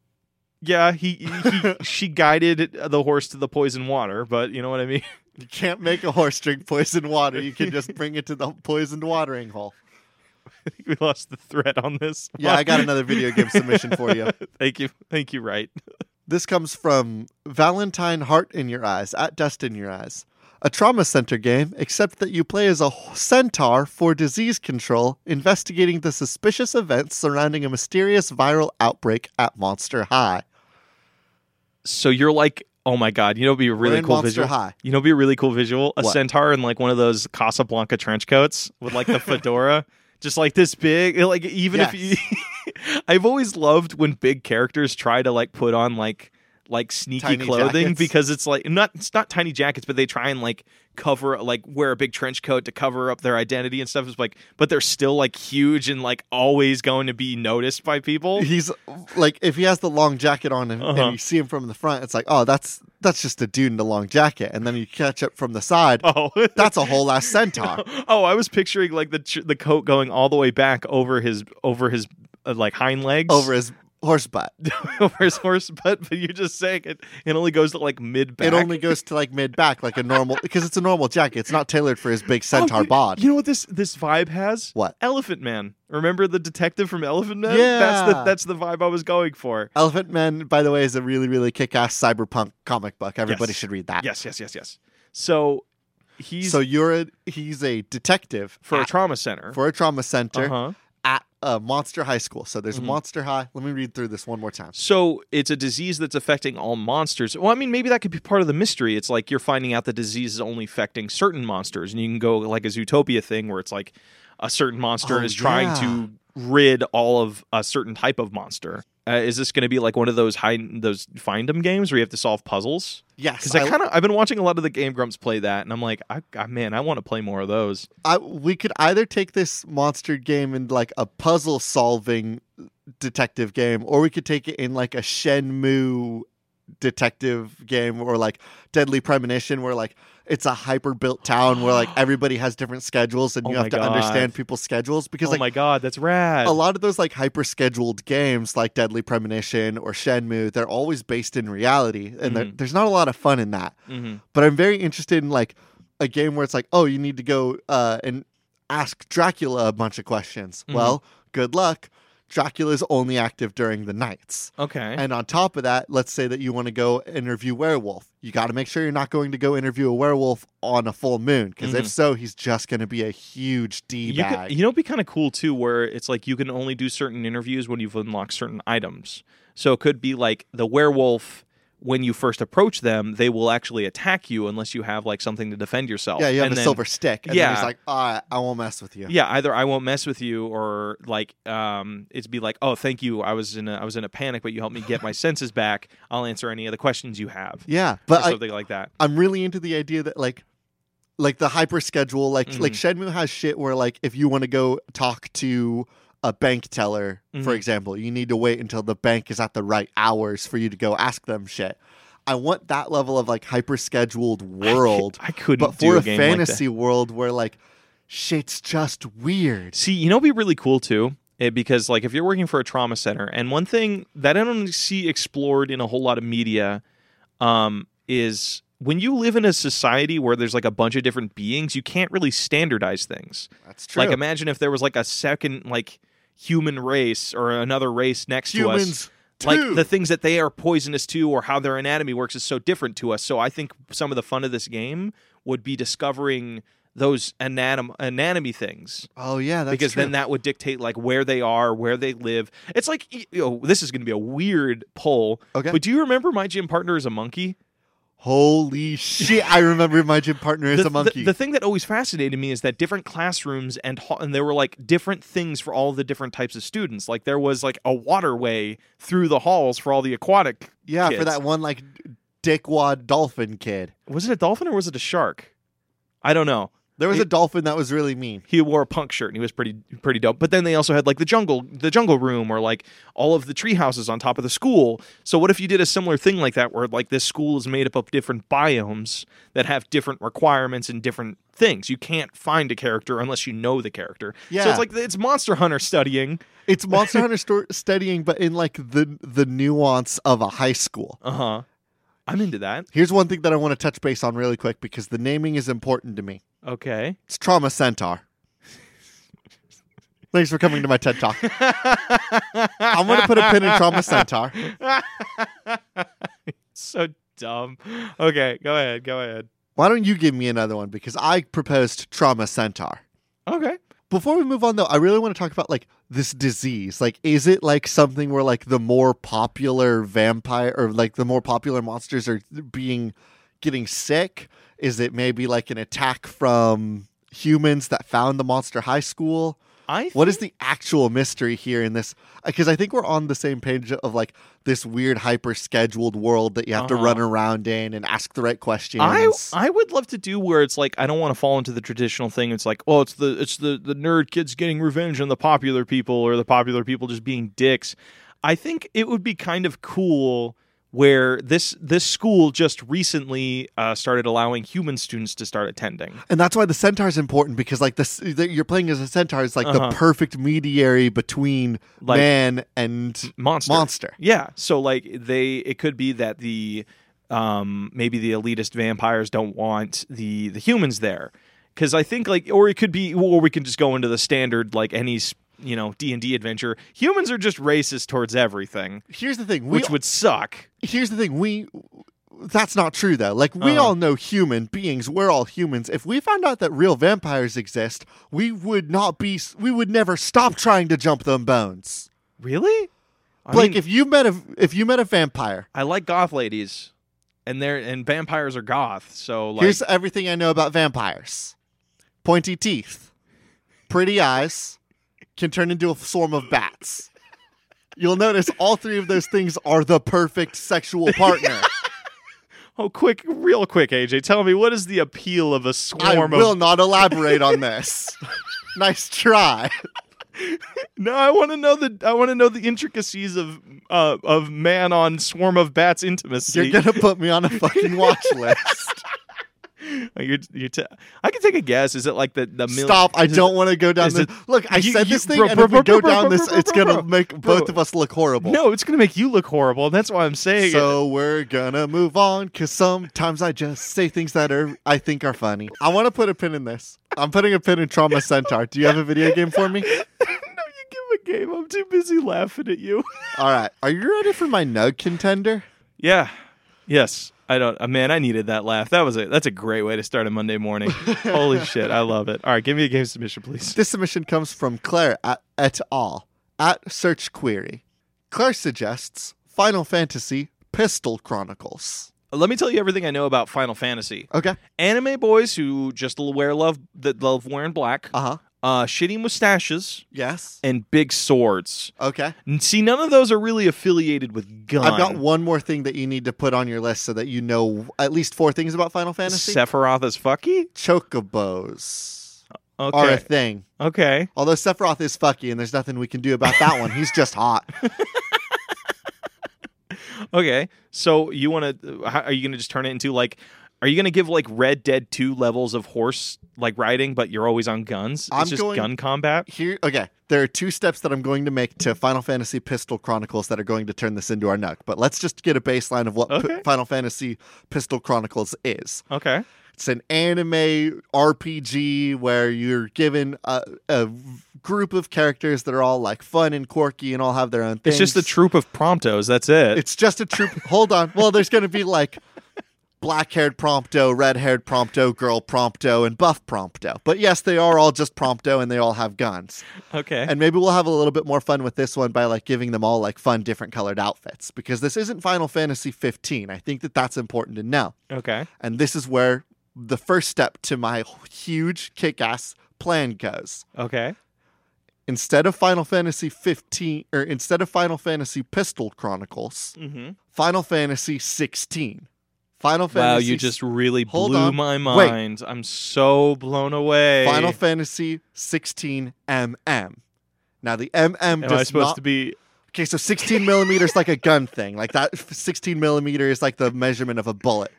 Speaker 2: yeah, he,
Speaker 1: [LAUGHS]
Speaker 2: he she guided the horse to the poison water, but you know what I mean. [LAUGHS]
Speaker 1: You can't make a horse drink poisoned water. You can just bring it to the poisoned watering hole.
Speaker 2: I think we lost the thread on this.
Speaker 1: Yeah, I got another video game submission for you.
Speaker 2: [LAUGHS] Thank you, thank you. Right.
Speaker 1: This comes from Valentine Heart in Your Eyes, at Dust in Your Eyes. A trauma center game, except that you play as a centaur for disease control, investigating the suspicious events surrounding a mysterious viral outbreak at Monster High.
Speaker 2: So you're like, oh my god, you know, it'd be a
Speaker 1: We're
Speaker 2: really
Speaker 1: in
Speaker 2: cool
Speaker 1: Monster
Speaker 2: visual.
Speaker 1: High.
Speaker 2: You know, it'd be a really cool visual. A
Speaker 1: What?
Speaker 2: centaur in like one of those Casablanca trench coats
Speaker 1: [LAUGHS]
Speaker 2: with like the fedora, just like this big. Like even if you, [LAUGHS] I've always loved when big characters try to like put on like like sneaky
Speaker 1: Tiny
Speaker 2: clothing
Speaker 1: jackets.
Speaker 2: because it's like not it's not tiny jackets, but they try and like cover like wear a big trench coat to cover up their identity and stuff. It's like, but they're still like huge and like always going to be noticed by
Speaker 1: [LAUGHS]
Speaker 2: people.
Speaker 1: He's like, if he has the long jacket on and,
Speaker 2: Uh-huh.
Speaker 1: and you see him from the front, it's like, oh, that's that's just a dude in a long jacket, and then you catch it from the side.
Speaker 2: Oh,
Speaker 1: That's a whole ass
Speaker 2: [LAUGHS]
Speaker 1: centaur.
Speaker 2: oh, I was picturing like the tr- the coat going all the way back over his over his uh, like hind legs
Speaker 1: over his horse butt.
Speaker 2: [LAUGHS] over his horse butt, but you're just saying it. It only goes to like mid back.
Speaker 1: It only goes to like mid back, like a normal because it's a normal jacket. It's not tailored for his big centaur
Speaker 2: you,
Speaker 1: bod.
Speaker 2: Oh, You know what this this vibe has?
Speaker 1: What?
Speaker 2: Elephant Man. Remember the detective from Elephant Man? That's the
Speaker 1: Yeah.
Speaker 2: that's the vibe I was going for.
Speaker 1: Elephant Man, by the way, is a really really kick ass cyberpunk comic book. Everybody
Speaker 2: Yes.
Speaker 1: should read that.
Speaker 2: Yes, yes, yes, yes. So he's
Speaker 1: so you're a, he's a detective
Speaker 2: for a
Speaker 1: at-
Speaker 2: trauma center.
Speaker 1: for a trauma center
Speaker 2: uh-huh.
Speaker 1: at a monster high school. So there's
Speaker 2: Mhm.
Speaker 1: monster high. Let me read through this one more time.
Speaker 2: So it's a disease that's affecting all monsters. Well, I mean, maybe that could be part of the mystery. It's like you're finding out the disease is only affecting certain monsters, and you can go like a Zootopia thing where it's like a certain monster
Speaker 1: Oh,
Speaker 2: is trying
Speaker 1: yeah.
Speaker 2: to rid all of a certain type of monster. Uh, is this going to be like one of those hide those find 'em games where you have to solve puzzles?
Speaker 1: Yes,
Speaker 2: Because I kind of I've been watching a lot of the Game Grumps play that, and I'm like, I, I man, I want to play more of those.
Speaker 1: I we could either take this monster game in like a puzzle solving detective game, or we could take it in like a Shenmue detective game, or like Deadly Premonition, where like it's a hyper built town where
Speaker 2: [GASPS]
Speaker 1: like everybody has different schedules and
Speaker 2: Oh
Speaker 1: you
Speaker 2: my
Speaker 1: have to
Speaker 2: God.
Speaker 1: understand people's schedules because
Speaker 2: oh
Speaker 1: like
Speaker 2: my god, that's rad.
Speaker 1: a lot of those like hyper scheduled games like Deadly Premonition or Shenmue, they're always based in reality, and there-
Speaker 2: Mhm.
Speaker 1: there's not a lot of fun in that
Speaker 2: Mhm.
Speaker 1: but I'm very interested in like a game where it's like, oh, you need to go uh, and ask Dracula a bunch of questions.
Speaker 2: Mhm.
Speaker 1: Well, good luck. Dracula's only active during the nights.
Speaker 2: Okay.
Speaker 1: And on top of that, let's say that you want to go interview werewolf. You got to make sure you're not going to go interview a werewolf on a full moon because
Speaker 2: Mhm.
Speaker 1: if so, he's just going to be a huge d
Speaker 2: you could,
Speaker 1: bag.
Speaker 2: you know, it'd be kind of cool too, where it's like you can only do certain interviews when you've unlocked certain items. So it could be like the werewolf. When you first approach them, they will actually attack you unless you have like something to defend yourself.
Speaker 1: Yeah, you have
Speaker 2: And
Speaker 1: a
Speaker 2: then-
Speaker 1: silver stick. And
Speaker 2: Yeah.
Speaker 1: then he's like, all right, I won't mess with you.
Speaker 2: Yeah, either I won't mess with you, or like, um, it'd be like, oh, thank you, I was in a, I was in a panic, but you helped me get
Speaker 1: [LAUGHS]
Speaker 2: my senses back. I'll answer any of the questions you have,
Speaker 1: Yeah. But
Speaker 2: or
Speaker 1: I,
Speaker 2: something like that.
Speaker 1: I'm really into the idea that like like the hyper schedule like
Speaker 2: Mhm.
Speaker 1: like Shenmue has shit where like if you want to go talk to a bank teller
Speaker 2: Mhm.
Speaker 1: for example you need to wait until the bank is at the right hours for you to go ask them shit I want that level of like hyper scheduled world
Speaker 2: [LAUGHS] I, couldn't.
Speaker 1: but for
Speaker 2: do
Speaker 1: a,
Speaker 2: a game like that.
Speaker 1: fantasy world where like shit's just weird
Speaker 2: See, you know, it'd be really cool too, eh, because like if you're working for a trauma center, and one thing that I don't see explored in a whole lot of media um, is when you live in a society where there's like a bunch of different beings, you can't really standardize things.
Speaker 1: that's true
Speaker 2: Like, imagine if there was like a second like human race or another race next to us.
Speaker 1: humans
Speaker 2: Like
Speaker 1: too.
Speaker 2: the things that they are poisonous to, or how their anatomy works, is so different to us. So I think some of the fun of this game would be discovering those anatom- anatomy things
Speaker 1: oh yeah that's
Speaker 2: because
Speaker 1: true.
Speaker 2: then that would dictate like where they are, where they live. It's like you know, this is going to be a weird poll.
Speaker 1: Okay.
Speaker 2: But do you remember my gym partner is a monkey?
Speaker 1: holy shit I remember my gym partner is
Speaker 2: the,
Speaker 1: a monkey
Speaker 2: The, the thing that always fascinated me is that different classrooms and ho- and there were like different things for all the different types of students. Like there was like a waterway through the halls for all the aquatic.
Speaker 1: Yeah,
Speaker 2: kids.
Speaker 1: for that one like dickwad dolphin kid.
Speaker 2: Was it a dolphin or was it a shark? I don't know.
Speaker 1: There was
Speaker 2: It-
Speaker 1: a dolphin that was really mean.
Speaker 2: he wore a punk shirt and he was pretty pretty dope. But then they also had like the jungle the jungle room or like all of the tree houses on top of the school. So what if you did a similar thing like that where like this school is made up of different biomes that have different requirements and different things. You can't find a character unless you know the character. So
Speaker 1: Yeah.
Speaker 2: it's like it's Monster Hunter studying.
Speaker 1: It's Monster Hunter sto- studying, but in like the the nuance of a high school.
Speaker 2: Uh-huh. I'm into that.
Speaker 1: Here's one thing that I want to touch base on really quick because the naming is important to me.
Speaker 2: Okay.
Speaker 1: It's Trauma Centaur. [LAUGHS] Thanks for coming to my TED Talk. I'm gonna put a pin in Trauma Centaur.
Speaker 2: [LAUGHS] so dumb. Okay, go ahead. Go ahead.
Speaker 1: Why don't you give me another one? Because I proposed Trauma Centaur.
Speaker 2: Okay.
Speaker 1: Before we move on though, I really want to talk about like this disease. Like is it like something where like the more popular vampire or like the more popular monsters are being getting sick? Is it maybe like an attack from humans that found the monster high school?
Speaker 2: I
Speaker 1: What is the actual mystery here in this? Because I think we're on the same page of like this weird hyper scheduled world that you have
Speaker 2: Uh-huh.
Speaker 1: to run around in and ask the right questions.
Speaker 2: I I would love to do where it's like I don't want to fall into the traditional thing. It's like oh, it's the it's the the nerd kids getting revenge on the popular people or the popular people just being dicks. I think it would be kind of cool where this this school just recently uh, started allowing human students to start attending.
Speaker 1: And that's why the centaur is important because like this, that you're playing as a centaur is like the perfect mediary between
Speaker 2: Uh-huh. Like-
Speaker 1: man and
Speaker 2: Monster.
Speaker 1: monster.
Speaker 2: Yeah. So like they it could be that the um maybe the elitist vampires don't want the the humans there. Cuz I think like or it could be or we can just go into the standard like any s- you know D&D adventure. Humans are just racist towards everything,
Speaker 1: Here's the thing. We,
Speaker 2: which would suck.
Speaker 1: here's the thing. We that's not true though. Like we
Speaker 2: Uh-huh.
Speaker 1: all know human beings. We're all humans. If we found out that real vampires exist, we would not be. We would never stop trying to jump them bones.
Speaker 2: Really? I
Speaker 1: like
Speaker 2: mean,
Speaker 1: if you met a if you met a vampire.
Speaker 2: I like goth ladies and they're and vampires are goth, so like
Speaker 1: Here's everything I know about vampires: pointy teeth, pretty eyes, can turn into a swarm of bats. You'll notice all three of those things are the perfect
Speaker 2: [LAUGHS]
Speaker 1: sexual partner.
Speaker 2: Oh, quick, real quick, AJ, tell me what is the appeal of a
Speaker 1: I
Speaker 2: swarm
Speaker 1: will
Speaker 2: of?
Speaker 1: not elaborate on this. nice try.
Speaker 2: No, I want to know the I want to know the intricacies of uh, of man on swarm of bats
Speaker 1: You're
Speaker 2: intimacy.
Speaker 1: gonna put me on a fucking watch list.
Speaker 2: [LAUGHS] You're- you're te- I can take a guess. Is it like the the mil-
Speaker 1: Stop! I
Speaker 2: is it-
Speaker 1: don't want to go down
Speaker 2: is
Speaker 1: this.
Speaker 2: it-
Speaker 1: Look, I
Speaker 2: you-
Speaker 1: said
Speaker 2: you-
Speaker 1: this thing,
Speaker 2: bro,
Speaker 1: and
Speaker 2: bro,
Speaker 1: if we
Speaker 2: bro,
Speaker 1: go
Speaker 2: bro,
Speaker 1: down
Speaker 2: bro,
Speaker 1: this,
Speaker 2: bro,
Speaker 1: it's
Speaker 2: bro,
Speaker 1: gonna
Speaker 2: bro.
Speaker 1: make
Speaker 2: Bro.
Speaker 1: both of us look horrible.
Speaker 2: No, it's gonna make you look horrible. That's why I'm [LAUGHS] saying it.
Speaker 1: So we're gonna move on because sometimes I just say things that are I think are funny. I want to put a pin in this. I'm putting a pin in Trauma Centaur. Do you have a video game for me?
Speaker 2: no, you give a game. I'm too busy laughing at you. [LAUGHS]
Speaker 1: All right. Are you ready for my nug contender?
Speaker 2: yeah. Yes. I don't. Uh, man, I needed that laugh. That was a. That's a great way to start a Monday [LAUGHS] morning. Holy shit, I love it. All right, give me a game submission, please.
Speaker 1: This submission comes from Claire at, et al. at Search Query. Claire suggests Final Fantasy Pistol Chronicles.
Speaker 2: Let me tell you everything I know about Final Fantasy.
Speaker 1: Okay.
Speaker 2: anime boys who just l- wear love that love wearing black,
Speaker 1: Uh huh.
Speaker 2: uh, shitty mustaches,
Speaker 1: Yes.
Speaker 2: and big swords.
Speaker 1: Okay.
Speaker 2: N- See, none of those are really affiliated with gun.
Speaker 1: I've got one more thing that you need to put on your list so that you know at least four things about Final Fantasy.
Speaker 2: Sephiroth is fucky.
Speaker 1: Chocobos.
Speaker 2: Okay,
Speaker 1: are a thing.
Speaker 2: okay.
Speaker 1: Although Sephiroth is fucky, and there's nothing we can do about that one. He's just hot.
Speaker 2: Okay. So you want to? Are you going to just turn it into like? Are you going to give like Red Dead Two levels of horse like riding, but you're always on guns? It's
Speaker 1: I'm
Speaker 2: just
Speaker 1: going-
Speaker 2: gun combat.
Speaker 1: Here, okay. There are two steps that I'm going to make to Final Fantasy Pistol Chronicles that are going to turn this into our nook. But let's just get a baseline of what P-
Speaker 2: Okay.
Speaker 1: Final Fantasy Pistol Chronicles is.
Speaker 2: Okay.
Speaker 1: It's an anime RPG where you're given a, a group of characters that are all like fun and quirky and all have their own things.
Speaker 2: It's just a troop of promptos. That's
Speaker 1: [LAUGHS]
Speaker 2: it.
Speaker 1: It's just a troop. Hold on. Well, there's going to be like black haired prompto, red haired prompto, girl prompto, and buff prompto. But yes, they are all just prompto and they all have guns.
Speaker 2: okay.
Speaker 1: And maybe we'll have a little bit more fun with this one by like giving them all like fun, different colored outfits because this isn't Final Fantasy 15. I think that that's important to know.
Speaker 2: okay.
Speaker 1: And this is where the first step to my huge kick ass plan goes
Speaker 2: Okay.
Speaker 1: instead of Final Fantasy 15 or instead of Final Fantasy Pistol Chronicles,
Speaker 2: Mm-hmm.
Speaker 1: Final Fantasy 16. Final
Speaker 2: Wow,
Speaker 1: Fantasy
Speaker 2: you just really
Speaker 1: Hold
Speaker 2: blew
Speaker 1: on.
Speaker 2: my
Speaker 1: Wait.
Speaker 2: mind. I'm so blown away.
Speaker 1: Final Fantasy 16 MM. Now the MM
Speaker 2: Am
Speaker 1: does
Speaker 2: I supposed
Speaker 1: not.
Speaker 2: to be?
Speaker 1: Okay, so 16 millimeters like a gun thing, like that. 16 millimeter is like the measurement of a bullet,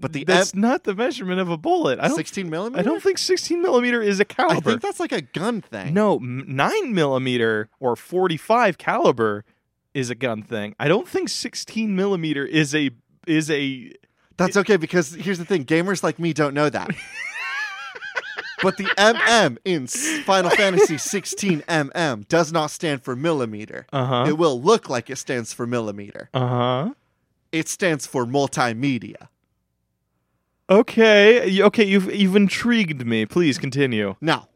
Speaker 1: but the
Speaker 2: That's not the measurement of a bullet. I
Speaker 1: M-
Speaker 2: don't.
Speaker 1: 16 millimeter.
Speaker 2: I don't think 16 millimeter is a
Speaker 1: I
Speaker 2: caliber.
Speaker 1: think that's like a gun thing.
Speaker 2: no, m- nine millimeter or 45 caliber is a gun thing. I don't think 16 millimeter is a is a.
Speaker 1: That's okay because here's the thing: gamers like me don't know
Speaker 2: [LAUGHS]
Speaker 1: that. but the MM in S- Final Fantasy 16 MM does not stand for millimeter.
Speaker 2: Uh huh.
Speaker 1: It will look like it stands for millimeter.
Speaker 2: Uh huh.
Speaker 1: It stands for multimedia.
Speaker 2: Okay. You- Okay. You've you've intrigued me. Please continue.
Speaker 1: Now,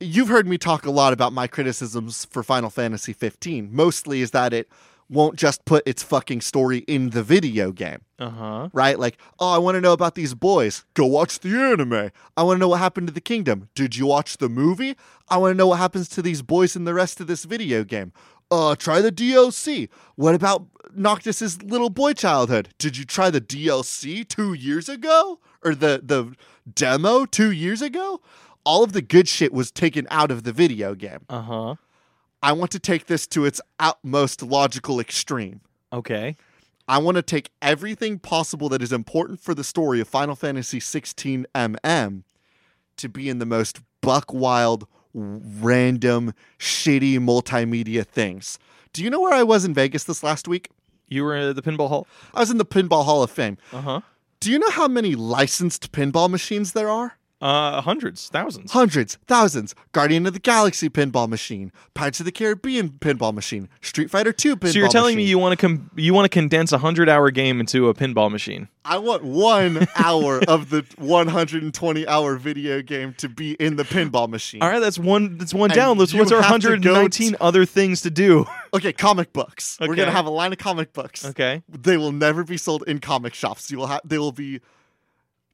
Speaker 1: you've heard me talk a lot about my criticisms for Final Fantasy 15. Mostly is that it won't just put its fucking story in the video game.
Speaker 2: Uh huh.
Speaker 1: right? Like, oh, I want to know about these boys. Go watch the anime. I want to know what happened to the kingdom. Did you watch the movie? I want to know what happens to these boys in the rest of this video game. Uh, try the DLC. What about Noctis's little boy childhood? Did you try the DLC two years ago or the the demo two years ago? All of the good shit was taken out of the video game.
Speaker 2: Uh huh.
Speaker 1: I want to take this to its outmost logical extreme.
Speaker 2: Okay.
Speaker 1: I want to take everything possible that is important for the story of Final Fantasy 16 MM to be in the most buck wild, random, shitty multimedia things. Do you know where I was in Vegas this last week?
Speaker 2: You were at the Pinball Hall?
Speaker 1: I was in the Pinball Hall of Fame.
Speaker 2: Uh-huh.
Speaker 1: Do you know how many licensed pinball machines there are?
Speaker 2: Uh, hundreds, thousands.
Speaker 1: Hundreds, thousands. Guardian of the Galaxy pinball machine, Pirates of the Caribbean pinball machine, Street Fighter 2 pinball
Speaker 2: So you're telling me
Speaker 1: machine.
Speaker 2: you want to com- you want to condense a 100-hour game into a pinball machine.
Speaker 1: I want one hour of the 120 hour video game to be in the pinball machine.
Speaker 2: All right, that's one that's one
Speaker 1: And
Speaker 2: down. Let's
Speaker 1: you
Speaker 2: what's our
Speaker 1: have to go
Speaker 2: 119 other things
Speaker 1: [LAUGHS]
Speaker 2: to do?
Speaker 1: Okay, comic books. We're
Speaker 2: Okay.
Speaker 1: gonna have a line of comic books.
Speaker 2: okay.
Speaker 1: They will never be sold in comic shops. You will have. They will be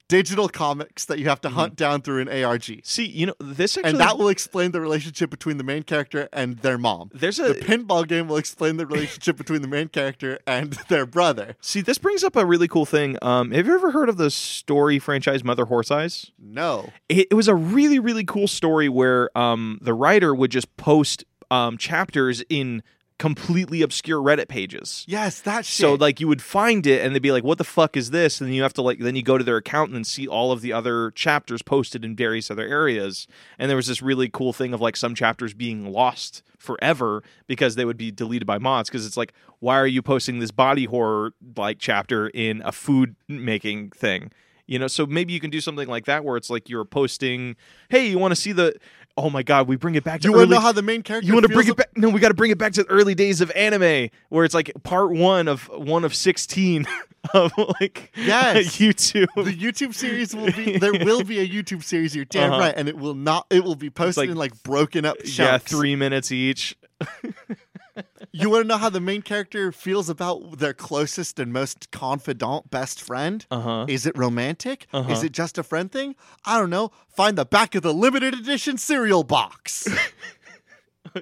Speaker 1: digital comics that you have to hunt down through an ARG,
Speaker 2: See, you know, this Mm-hmm. actually
Speaker 1: and that will explain the relationship between the main character and their mom.
Speaker 2: there's
Speaker 1: The
Speaker 2: a
Speaker 1: pinball game will explain the relationship between the main character and [LAUGHS] their brother.
Speaker 2: See, this brings up a really cool thing. Um, have you ever heard of the story franchise Mother Horse Eyes?
Speaker 1: No.
Speaker 2: It, it was a really, really cool story where um, the writer would just post um, chapters in completely obscure Reddit pages.
Speaker 1: Yes, that shit.
Speaker 2: So like you would find it and they'd be like, "What the fuck is this?" And then you have to like then you go to their account and see all of the other chapters posted in various other areas. And there was this really cool thing of like some chapters being lost forever because they would be deleted by mods because it's like, why are you posting this body horror like chapter in a food making thing? You know, so maybe you can do something like that where it's like you're posting, "Hey, you want to see the Oh my god, we bring it back to
Speaker 1: you
Speaker 2: early
Speaker 1: want to know how the main character?
Speaker 2: you want to
Speaker 1: feels
Speaker 2: bring it
Speaker 1: ab-
Speaker 2: back? No, we got to bring it back to the early days of anime, where it's like part one of one of sixteen [LAUGHS] of like
Speaker 1: Yes.
Speaker 2: [LAUGHS] YouTube.
Speaker 1: The YouTube series will be there.
Speaker 2: [LAUGHS]
Speaker 1: Will be a YouTube series. You're damn
Speaker 2: Uh-huh.
Speaker 1: right, and it will not. It will be posted
Speaker 2: like-
Speaker 1: in like broken up. Chunks.
Speaker 2: Yeah, three minutes each.
Speaker 1: You want to know how the main character feels about their closest and most confidant best friend?
Speaker 2: Uh huh.
Speaker 1: Is it romantic?
Speaker 2: Uh-huh.
Speaker 1: Is it just a friend thing? I don't know. Find the back of the limited edition cereal box.
Speaker 2: [LAUGHS]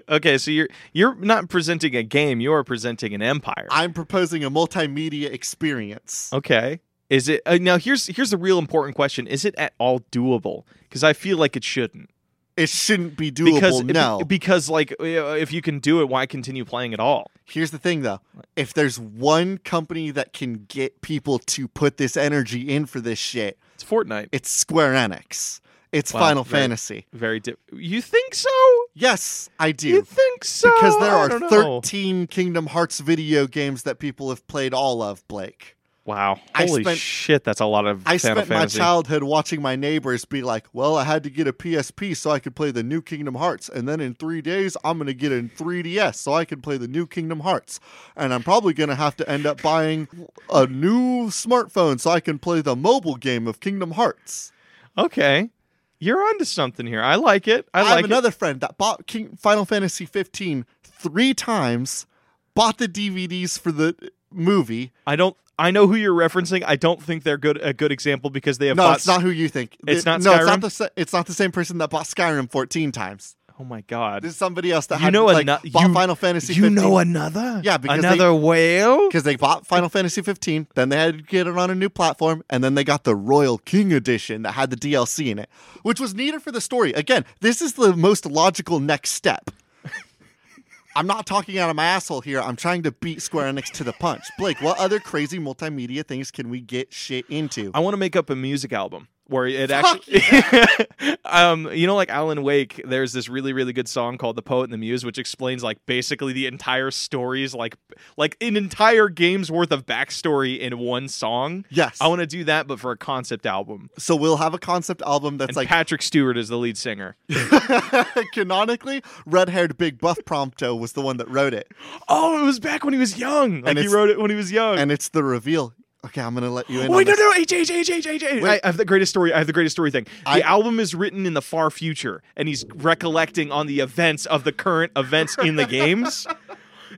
Speaker 2: Okay, so you're you're not presenting a game. You are presenting an empire.
Speaker 1: I'm proposing a multimedia experience.
Speaker 2: Okay. Is it uh, now? Here's here's the real important question: Is it at all doable? Because I feel like it shouldn't.
Speaker 1: It shouldn't be doable
Speaker 2: Because
Speaker 1: now.
Speaker 2: be- because like uh, if you can do it, why continue playing at all?
Speaker 1: Here's the thing though. If there's one company that can get people to put this energy in for this shit,
Speaker 2: It's Fortnite.
Speaker 1: it's Square Enix. It's
Speaker 2: Wow,
Speaker 1: Final
Speaker 2: very-
Speaker 1: Fantasy.
Speaker 2: Very. Di- you think so?
Speaker 1: Yes, I do. [LAUGHS]
Speaker 2: You think so?
Speaker 1: because there
Speaker 2: [LAUGHS] I
Speaker 1: are
Speaker 2: don't know.
Speaker 1: 13 Kingdom Hearts video games that people have played all of, Blake.
Speaker 2: Wow.
Speaker 1: I
Speaker 2: Holy
Speaker 1: spent-
Speaker 2: shit, that's a lot of
Speaker 1: I
Speaker 2: Final
Speaker 1: spent
Speaker 2: Fantasy.
Speaker 1: my childhood watching my neighbors be like, well, I had to get a PSP so I could play the new Kingdom Hearts. And then in three days, I'm going to get a 3DS so I can play the new Kingdom Hearts. And I'm probably going to have to end up buying a new smartphone so I can play the mobile game of Kingdom Hearts.
Speaker 2: okay. You're onto something here. I like it. I, like
Speaker 1: have another friend that bought King- Final Fantasy 15 three times, bought the DVDs for the movie.
Speaker 2: it. I don't I know who you're referencing. I don't think they're good a good example because they have
Speaker 1: no,
Speaker 2: bought
Speaker 1: it's not who you think.
Speaker 2: It's
Speaker 1: It-
Speaker 2: not
Speaker 1: no, it's
Speaker 2: Skyrim?
Speaker 1: not the sa- it's not the same person that bought Skyrim 14 times.
Speaker 2: Oh my god.
Speaker 1: There's somebody else that
Speaker 2: You
Speaker 1: had
Speaker 2: know
Speaker 1: like,
Speaker 2: ano-
Speaker 1: bought
Speaker 2: you-
Speaker 1: Final Fantasy.
Speaker 2: You
Speaker 1: 15,
Speaker 2: know another?
Speaker 1: Yeah, because they-
Speaker 2: another whale?
Speaker 1: because they bought Final Fantasy 15, then they had to get it on a new platform, and then they got the Royal King edition that had the DLC in it, which was needed for the story. Again, this is the most logical next step. I'm not talking out of my asshole here. I'm trying to beat Square Enix to the punch. Blake, what other crazy multimedia things can we get shit into?
Speaker 2: I want to make up a music album where it
Speaker 1: Fuck
Speaker 2: actually [LAUGHS] um you know like Alan Wake there's this really really good song called The Poet and the Muse which explains like basically the entire stories like like an entire game's worth of backstory in one song.
Speaker 1: Yes.
Speaker 2: I want to do that but for a concept album.
Speaker 1: so we'll have a concept album that's
Speaker 2: And
Speaker 1: like [LAUGHS]
Speaker 2: Patrick Stewart is the lead singer.
Speaker 1: Canonically, red haired Big Buff Prompto was the one that wrote it.
Speaker 2: Oh, it was back when he was young. Like
Speaker 1: And
Speaker 2: he
Speaker 1: it's-
Speaker 2: wrote it when he was young.
Speaker 1: And it's the reveal. Okay, I'm going to let you in. on
Speaker 2: Wait, no,
Speaker 1: this.
Speaker 2: no, AJ, AJ, AJ, AJ, AJ. I,
Speaker 1: Wait.
Speaker 2: I have the greatest story. I have the greatest story thing. The
Speaker 1: I-
Speaker 2: album is written in the far future, and he's recollecting on the events of the current events in
Speaker 1: [LAUGHS]
Speaker 2: the games.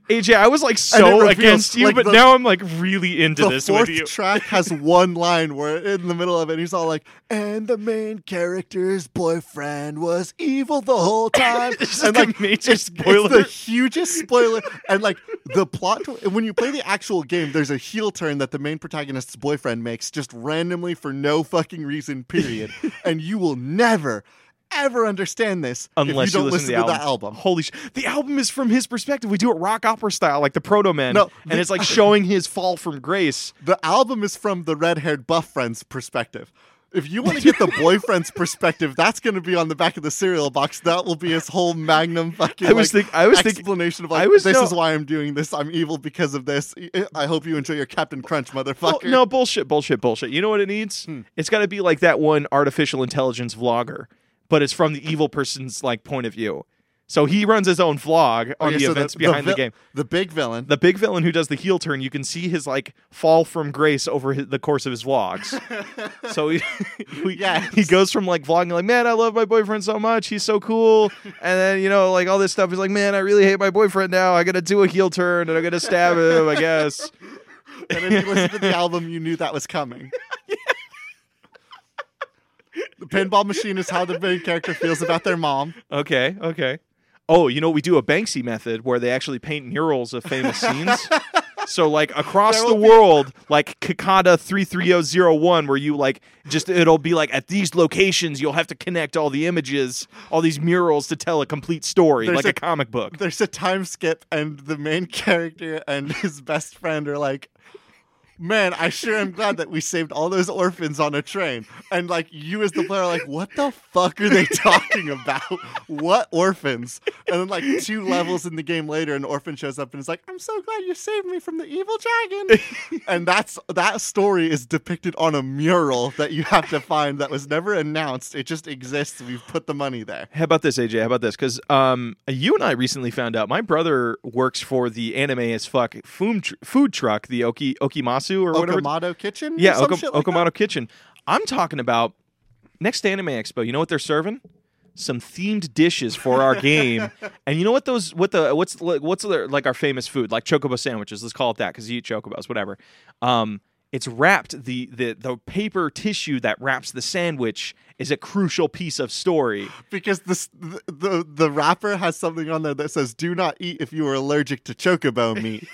Speaker 2: AJ, I was like so
Speaker 1: reveals,
Speaker 2: against you,
Speaker 1: like,
Speaker 2: but
Speaker 1: the-
Speaker 2: now I'm like really into
Speaker 1: The
Speaker 2: this
Speaker 1: fourth
Speaker 2: with you. [LAUGHS]
Speaker 1: track has one line where in the middle of it he's all like, "And the main character's boyfriend was evil the whole
Speaker 2: [LAUGHS]
Speaker 1: time."
Speaker 2: It's
Speaker 1: and
Speaker 2: like a major spoiler.
Speaker 1: It's the hugest spoiler, and like the plot. twi- and when you play the actual game, there's a heel turn that the main protagonist's
Speaker 2: [LAUGHS]
Speaker 1: boyfriend makes just randomly for no fucking reason. Period, and you will never. ever understand this
Speaker 2: [LAUGHS] Unless
Speaker 1: if you don't
Speaker 2: listen, to the album. Holy sh! The album is from his perspective. We do it rock opera style, like the Proto Man.
Speaker 1: No,
Speaker 2: and
Speaker 1: the- [LAUGHS]
Speaker 2: it's like showing his fall from grace.
Speaker 1: The album is from the red-haired buff friend's perspective. If you want to
Speaker 2: [LAUGHS]
Speaker 1: get the boyfriend's perspective, that's going to be on the back of the cereal box. That will be his whole magnum fucking
Speaker 2: I was
Speaker 1: like,
Speaker 2: think. I was thinking.
Speaker 1: explanation of like
Speaker 2: I was-
Speaker 1: this
Speaker 2: no.
Speaker 1: is why I'm doing this. I'm evil because of this. I hope you enjoy your Captain Crunch,
Speaker 2: Bull-
Speaker 1: motherfucker. Hmm.
Speaker 2: no bullshit, bullshit, bullshit. You know what it needs? It's got to be like that one artificial intelligence vlogger, but it's from the evil person's like point of view. So he runs his own vlog
Speaker 1: [LAUGHS]
Speaker 2: on
Speaker 1: Okay,
Speaker 2: the
Speaker 1: so
Speaker 2: events behind the,
Speaker 1: vil-
Speaker 2: game.
Speaker 1: The big villain.
Speaker 2: The big villain who does the heel turn, you can see his like fall from grace over hi- the course of
Speaker 1: [LAUGHS]
Speaker 2: his vlogs. so he, [LAUGHS] he,
Speaker 1: Yes.
Speaker 2: he goes from like vlogging like, man, I love my boyfriend so much, he's
Speaker 1: [LAUGHS]
Speaker 2: so cool, and then you know like all this stuff. He's like, man, I really hate my boyfriend now. I gotta do a heel turn and I'm gonna stab him. I guess.
Speaker 1: and if you listened to
Speaker 2: [LAUGHS]
Speaker 1: the album, you knew that was coming. the pinball machine is how the main character feels about their mom.
Speaker 2: Okay, okay. Oh, you know, we do a Banksy method where they actually paint murals
Speaker 1: [LAUGHS]
Speaker 2: of famous scenes. So like across
Speaker 1: There
Speaker 2: the
Speaker 1: will be-
Speaker 2: world, like Kakata three three zero zero one, where you like just it'll be like at these locations you'll have to connect all the images, all these murals to tell a complete story,
Speaker 1: There's
Speaker 2: like a,
Speaker 1: a-
Speaker 2: comic book.
Speaker 1: There's a time skip, and the main character and his best friend are like, Man, I sure am glad that we saved all those orphans on a train. And like you as the player are like, what the fuck are they talking about? What orphans? And then like two levels in the game later, an orphan shows up and is like, I'm so glad you saved me from the evil dragon. and that's that story is depicted on a mural that you have to find that was never announced. It just exists. We've put the money there.
Speaker 2: How about this, AJ? How about this? Because um, you and I recently found out my brother works for the anime as fuck food, tr- food truck, the Oki Okimasu or whatever.
Speaker 1: Okamoto Kitchen? or
Speaker 2: Yeah,
Speaker 1: some
Speaker 2: Oka-
Speaker 1: shit like that?
Speaker 2: Okamoto Kitchen. I'm talking about next Anime Expo. You know what they're serving? Some themed dishes for
Speaker 1: [LAUGHS]
Speaker 2: our game. and you know what those what the what's what's their, like our famous food like chocobo sandwiches? Let's call it that because you eat chocobos, whatever. Um, it's wrapped the the the paper tissue that wraps the sandwich is a crucial piece of story.
Speaker 1: because this the, the the wrapper has something on there that says "Do not eat if you are allergic to chocobo
Speaker 2: [LAUGHS]
Speaker 1: meat."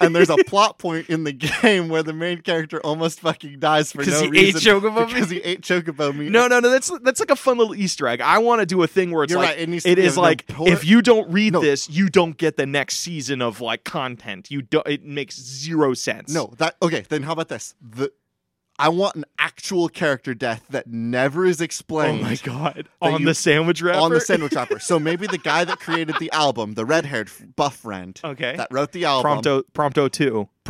Speaker 1: and there's a plot point in the game where the main character almost fucking dies for
Speaker 2: 'Cause
Speaker 1: no
Speaker 2: he ate
Speaker 1: reason [LAUGHS]
Speaker 2: chocobo
Speaker 1: because he ate chocobo meat.
Speaker 2: No, no, no. That's that's like a fun little Easter egg. I want to do a thing where it's
Speaker 1: You're
Speaker 2: like
Speaker 1: right, it needs to
Speaker 2: it
Speaker 1: be
Speaker 2: is
Speaker 1: a- no,
Speaker 2: like
Speaker 1: pour-
Speaker 2: if you don't read
Speaker 1: No.
Speaker 2: this, you don't get the next season of like content. You don't. It makes zero sense.
Speaker 1: no, that okay. Then how about this? The I want an actual character death that never is
Speaker 2: Oh
Speaker 1: explained.
Speaker 2: my god!
Speaker 1: That
Speaker 2: On
Speaker 1: you-
Speaker 2: the sandwich wrapper.
Speaker 1: on the sandwich wrapper.
Speaker 2: [LAUGHS]
Speaker 1: So maybe the guy that created the album, the red-haired buff friend
Speaker 2: Okay.
Speaker 1: that wrote the album,
Speaker 2: Prompto Prompto two.
Speaker 1: Prompto-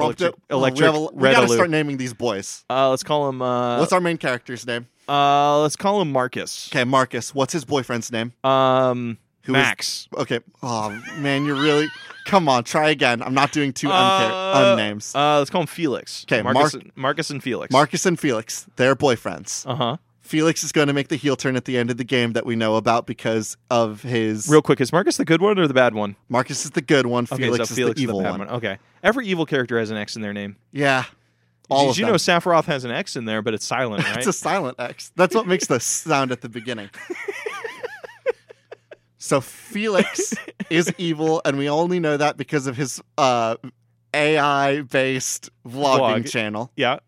Speaker 2: Electric.
Speaker 1: Oh,
Speaker 2: electric
Speaker 1: we, have a- we gotta
Speaker 2: Red
Speaker 1: start
Speaker 2: Alert.
Speaker 1: naming these boys.
Speaker 2: Uh, let's call him. Uh,
Speaker 1: What's our main character's name?
Speaker 2: uh, let's call him Marcus.
Speaker 1: Okay, Marcus. What's his boyfriend's name?
Speaker 2: Um,
Speaker 1: Who is-
Speaker 2: Max.
Speaker 1: Okay. Oh man, you're really. Come on, try again. I'm not doing two unca-
Speaker 2: Uh,
Speaker 1: unnames.
Speaker 2: Uh, let's call him Felix.
Speaker 1: 'Kay, Mark-
Speaker 2: Marcus. and- Marcus and Felix.
Speaker 1: Marcus and Felix, they're boyfriends.
Speaker 2: Uh huh.
Speaker 1: Felix is going to make the heel turn at the end of the game that we know about because of his.
Speaker 2: Real quick, is Marcus the good one or the bad one?
Speaker 1: Marcus is the good one.
Speaker 2: Okay,
Speaker 1: Felix
Speaker 2: so
Speaker 1: is
Speaker 2: Felix
Speaker 1: the evil
Speaker 2: bad
Speaker 1: one.
Speaker 2: Okay. Every evil character has an X in their name.
Speaker 1: Yeah. All
Speaker 2: Did
Speaker 1: of
Speaker 2: you
Speaker 1: them.
Speaker 2: know Sephiroth has an X in there, but
Speaker 1: [LAUGHS]
Speaker 2: it's silent, right?
Speaker 1: It's a silent X. That's what makes the sound at the beginning. so
Speaker 2: [LAUGHS]
Speaker 1: Felix is evil, and we only know that because of his uh, AI-based vlogging
Speaker 2: Vlog.
Speaker 1: channel.
Speaker 2: yeah.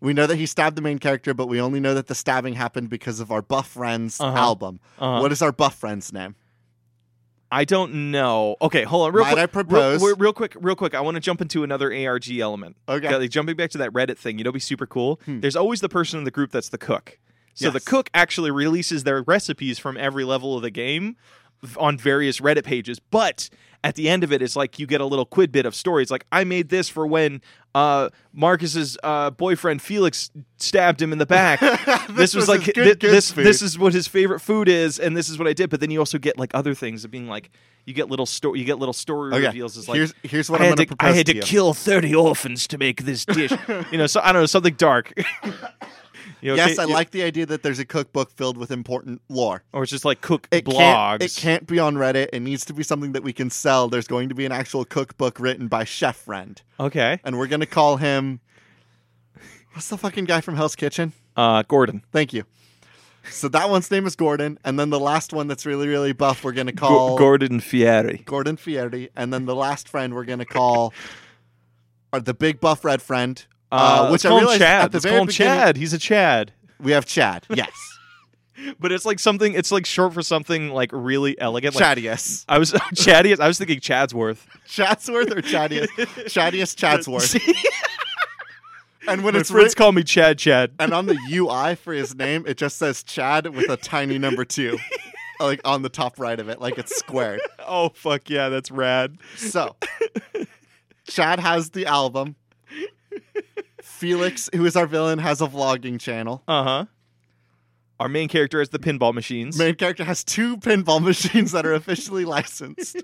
Speaker 1: We know that he stabbed the main character, but we only know that the stabbing happened because of our Buff Friends
Speaker 2: Uh-huh.
Speaker 1: album.
Speaker 2: Uh,
Speaker 1: What is our Buff Friends name?
Speaker 2: I don't know. Okay, hold on. Real
Speaker 1: Might
Speaker 2: quick.
Speaker 1: I propose?
Speaker 2: Real, real quick, real quick. I want to jump into another ARG element.
Speaker 1: Okay. [LAUGHS]
Speaker 2: Like, jumping back to that Reddit thing, you know, what'd be super cool.
Speaker 1: Hmm.
Speaker 2: There's always the person in the group that's the cook. So the
Speaker 1: Yes.
Speaker 2: cook actually releases their recipes from every level of the game v- on various Reddit pages. But at the end of it, it's like you get a little quid bit of stories. Like I made this for when uh, Marcus's uh, boyfriend Felix stabbed him in
Speaker 1: [LAUGHS]
Speaker 2: the back. this,
Speaker 1: This
Speaker 2: was
Speaker 1: was
Speaker 2: like
Speaker 1: his good
Speaker 2: thi-
Speaker 1: goods
Speaker 2: this.
Speaker 1: food.
Speaker 2: This is what his favorite food is, and this is what I did. But then you also get like other things of being like you get little story. You get little story
Speaker 1: Okay.
Speaker 2: reveals. Is like
Speaker 1: Oh, here's here's what
Speaker 2: I
Speaker 1: am
Speaker 2: had
Speaker 1: going
Speaker 2: to, I
Speaker 1: propose
Speaker 2: had
Speaker 1: to,
Speaker 2: to
Speaker 1: you.
Speaker 2: kill 30 orphans to make this dish. you know, so I don't know, something dark. [LAUGHS] You okay?
Speaker 1: Yes, I
Speaker 2: You-
Speaker 1: like the idea that there's a cookbook filled with important lore.
Speaker 2: Or it's just like cook
Speaker 1: It
Speaker 2: blogs.
Speaker 1: can't, it can't be on Reddit. It needs to be something that we can sell. There's going to be an actual cookbook written by Chef Friend,
Speaker 2: Okay.
Speaker 1: and we're going to call him. What's the fucking guy from Hell's Kitchen?
Speaker 2: Uh, Gordon.
Speaker 1: Thank you. So that one's name is Gordon, and then the last one that's really really buff, we're going to
Speaker 2: Go-
Speaker 1: call
Speaker 2: Gordon Fieri.
Speaker 1: Gordon Fieri, and then the last friend we're gonna call are the big buff red friend, uh,
Speaker 2: let's
Speaker 1: which I
Speaker 2: call him
Speaker 1: realized
Speaker 2: Chad.
Speaker 1: at the
Speaker 2: Let's
Speaker 1: very
Speaker 2: call him
Speaker 1: beginning
Speaker 2: Chad. He's a Chad.
Speaker 1: we have Chad. Yes,
Speaker 2: but it's like something. It's like short for something like really elegant. [LAUGHS] Like
Speaker 1: Chadius.
Speaker 2: I was [LAUGHS] Chaddiest. I was thinking Chadsworth.
Speaker 1: Chadsworth or
Speaker 2: [LAUGHS]
Speaker 1: Chadius? Chadius Chadsworth. And when
Speaker 2: My [LAUGHS]
Speaker 1: it's
Speaker 2: friends
Speaker 1: writ-
Speaker 2: call me Chad. Chad.
Speaker 1: [LAUGHS] and on the UI for his name, it just says Chad with a tiny number two, like on the top right of it, like it's squared.
Speaker 2: Oh fuck yeah, that's rad.
Speaker 1: So, Chad has the album. Felix, who is our villain, has a vlogging channel.
Speaker 2: Uh huh. Our main character is the pinball machines.
Speaker 1: Main character has two pinball machines that are officially licensed.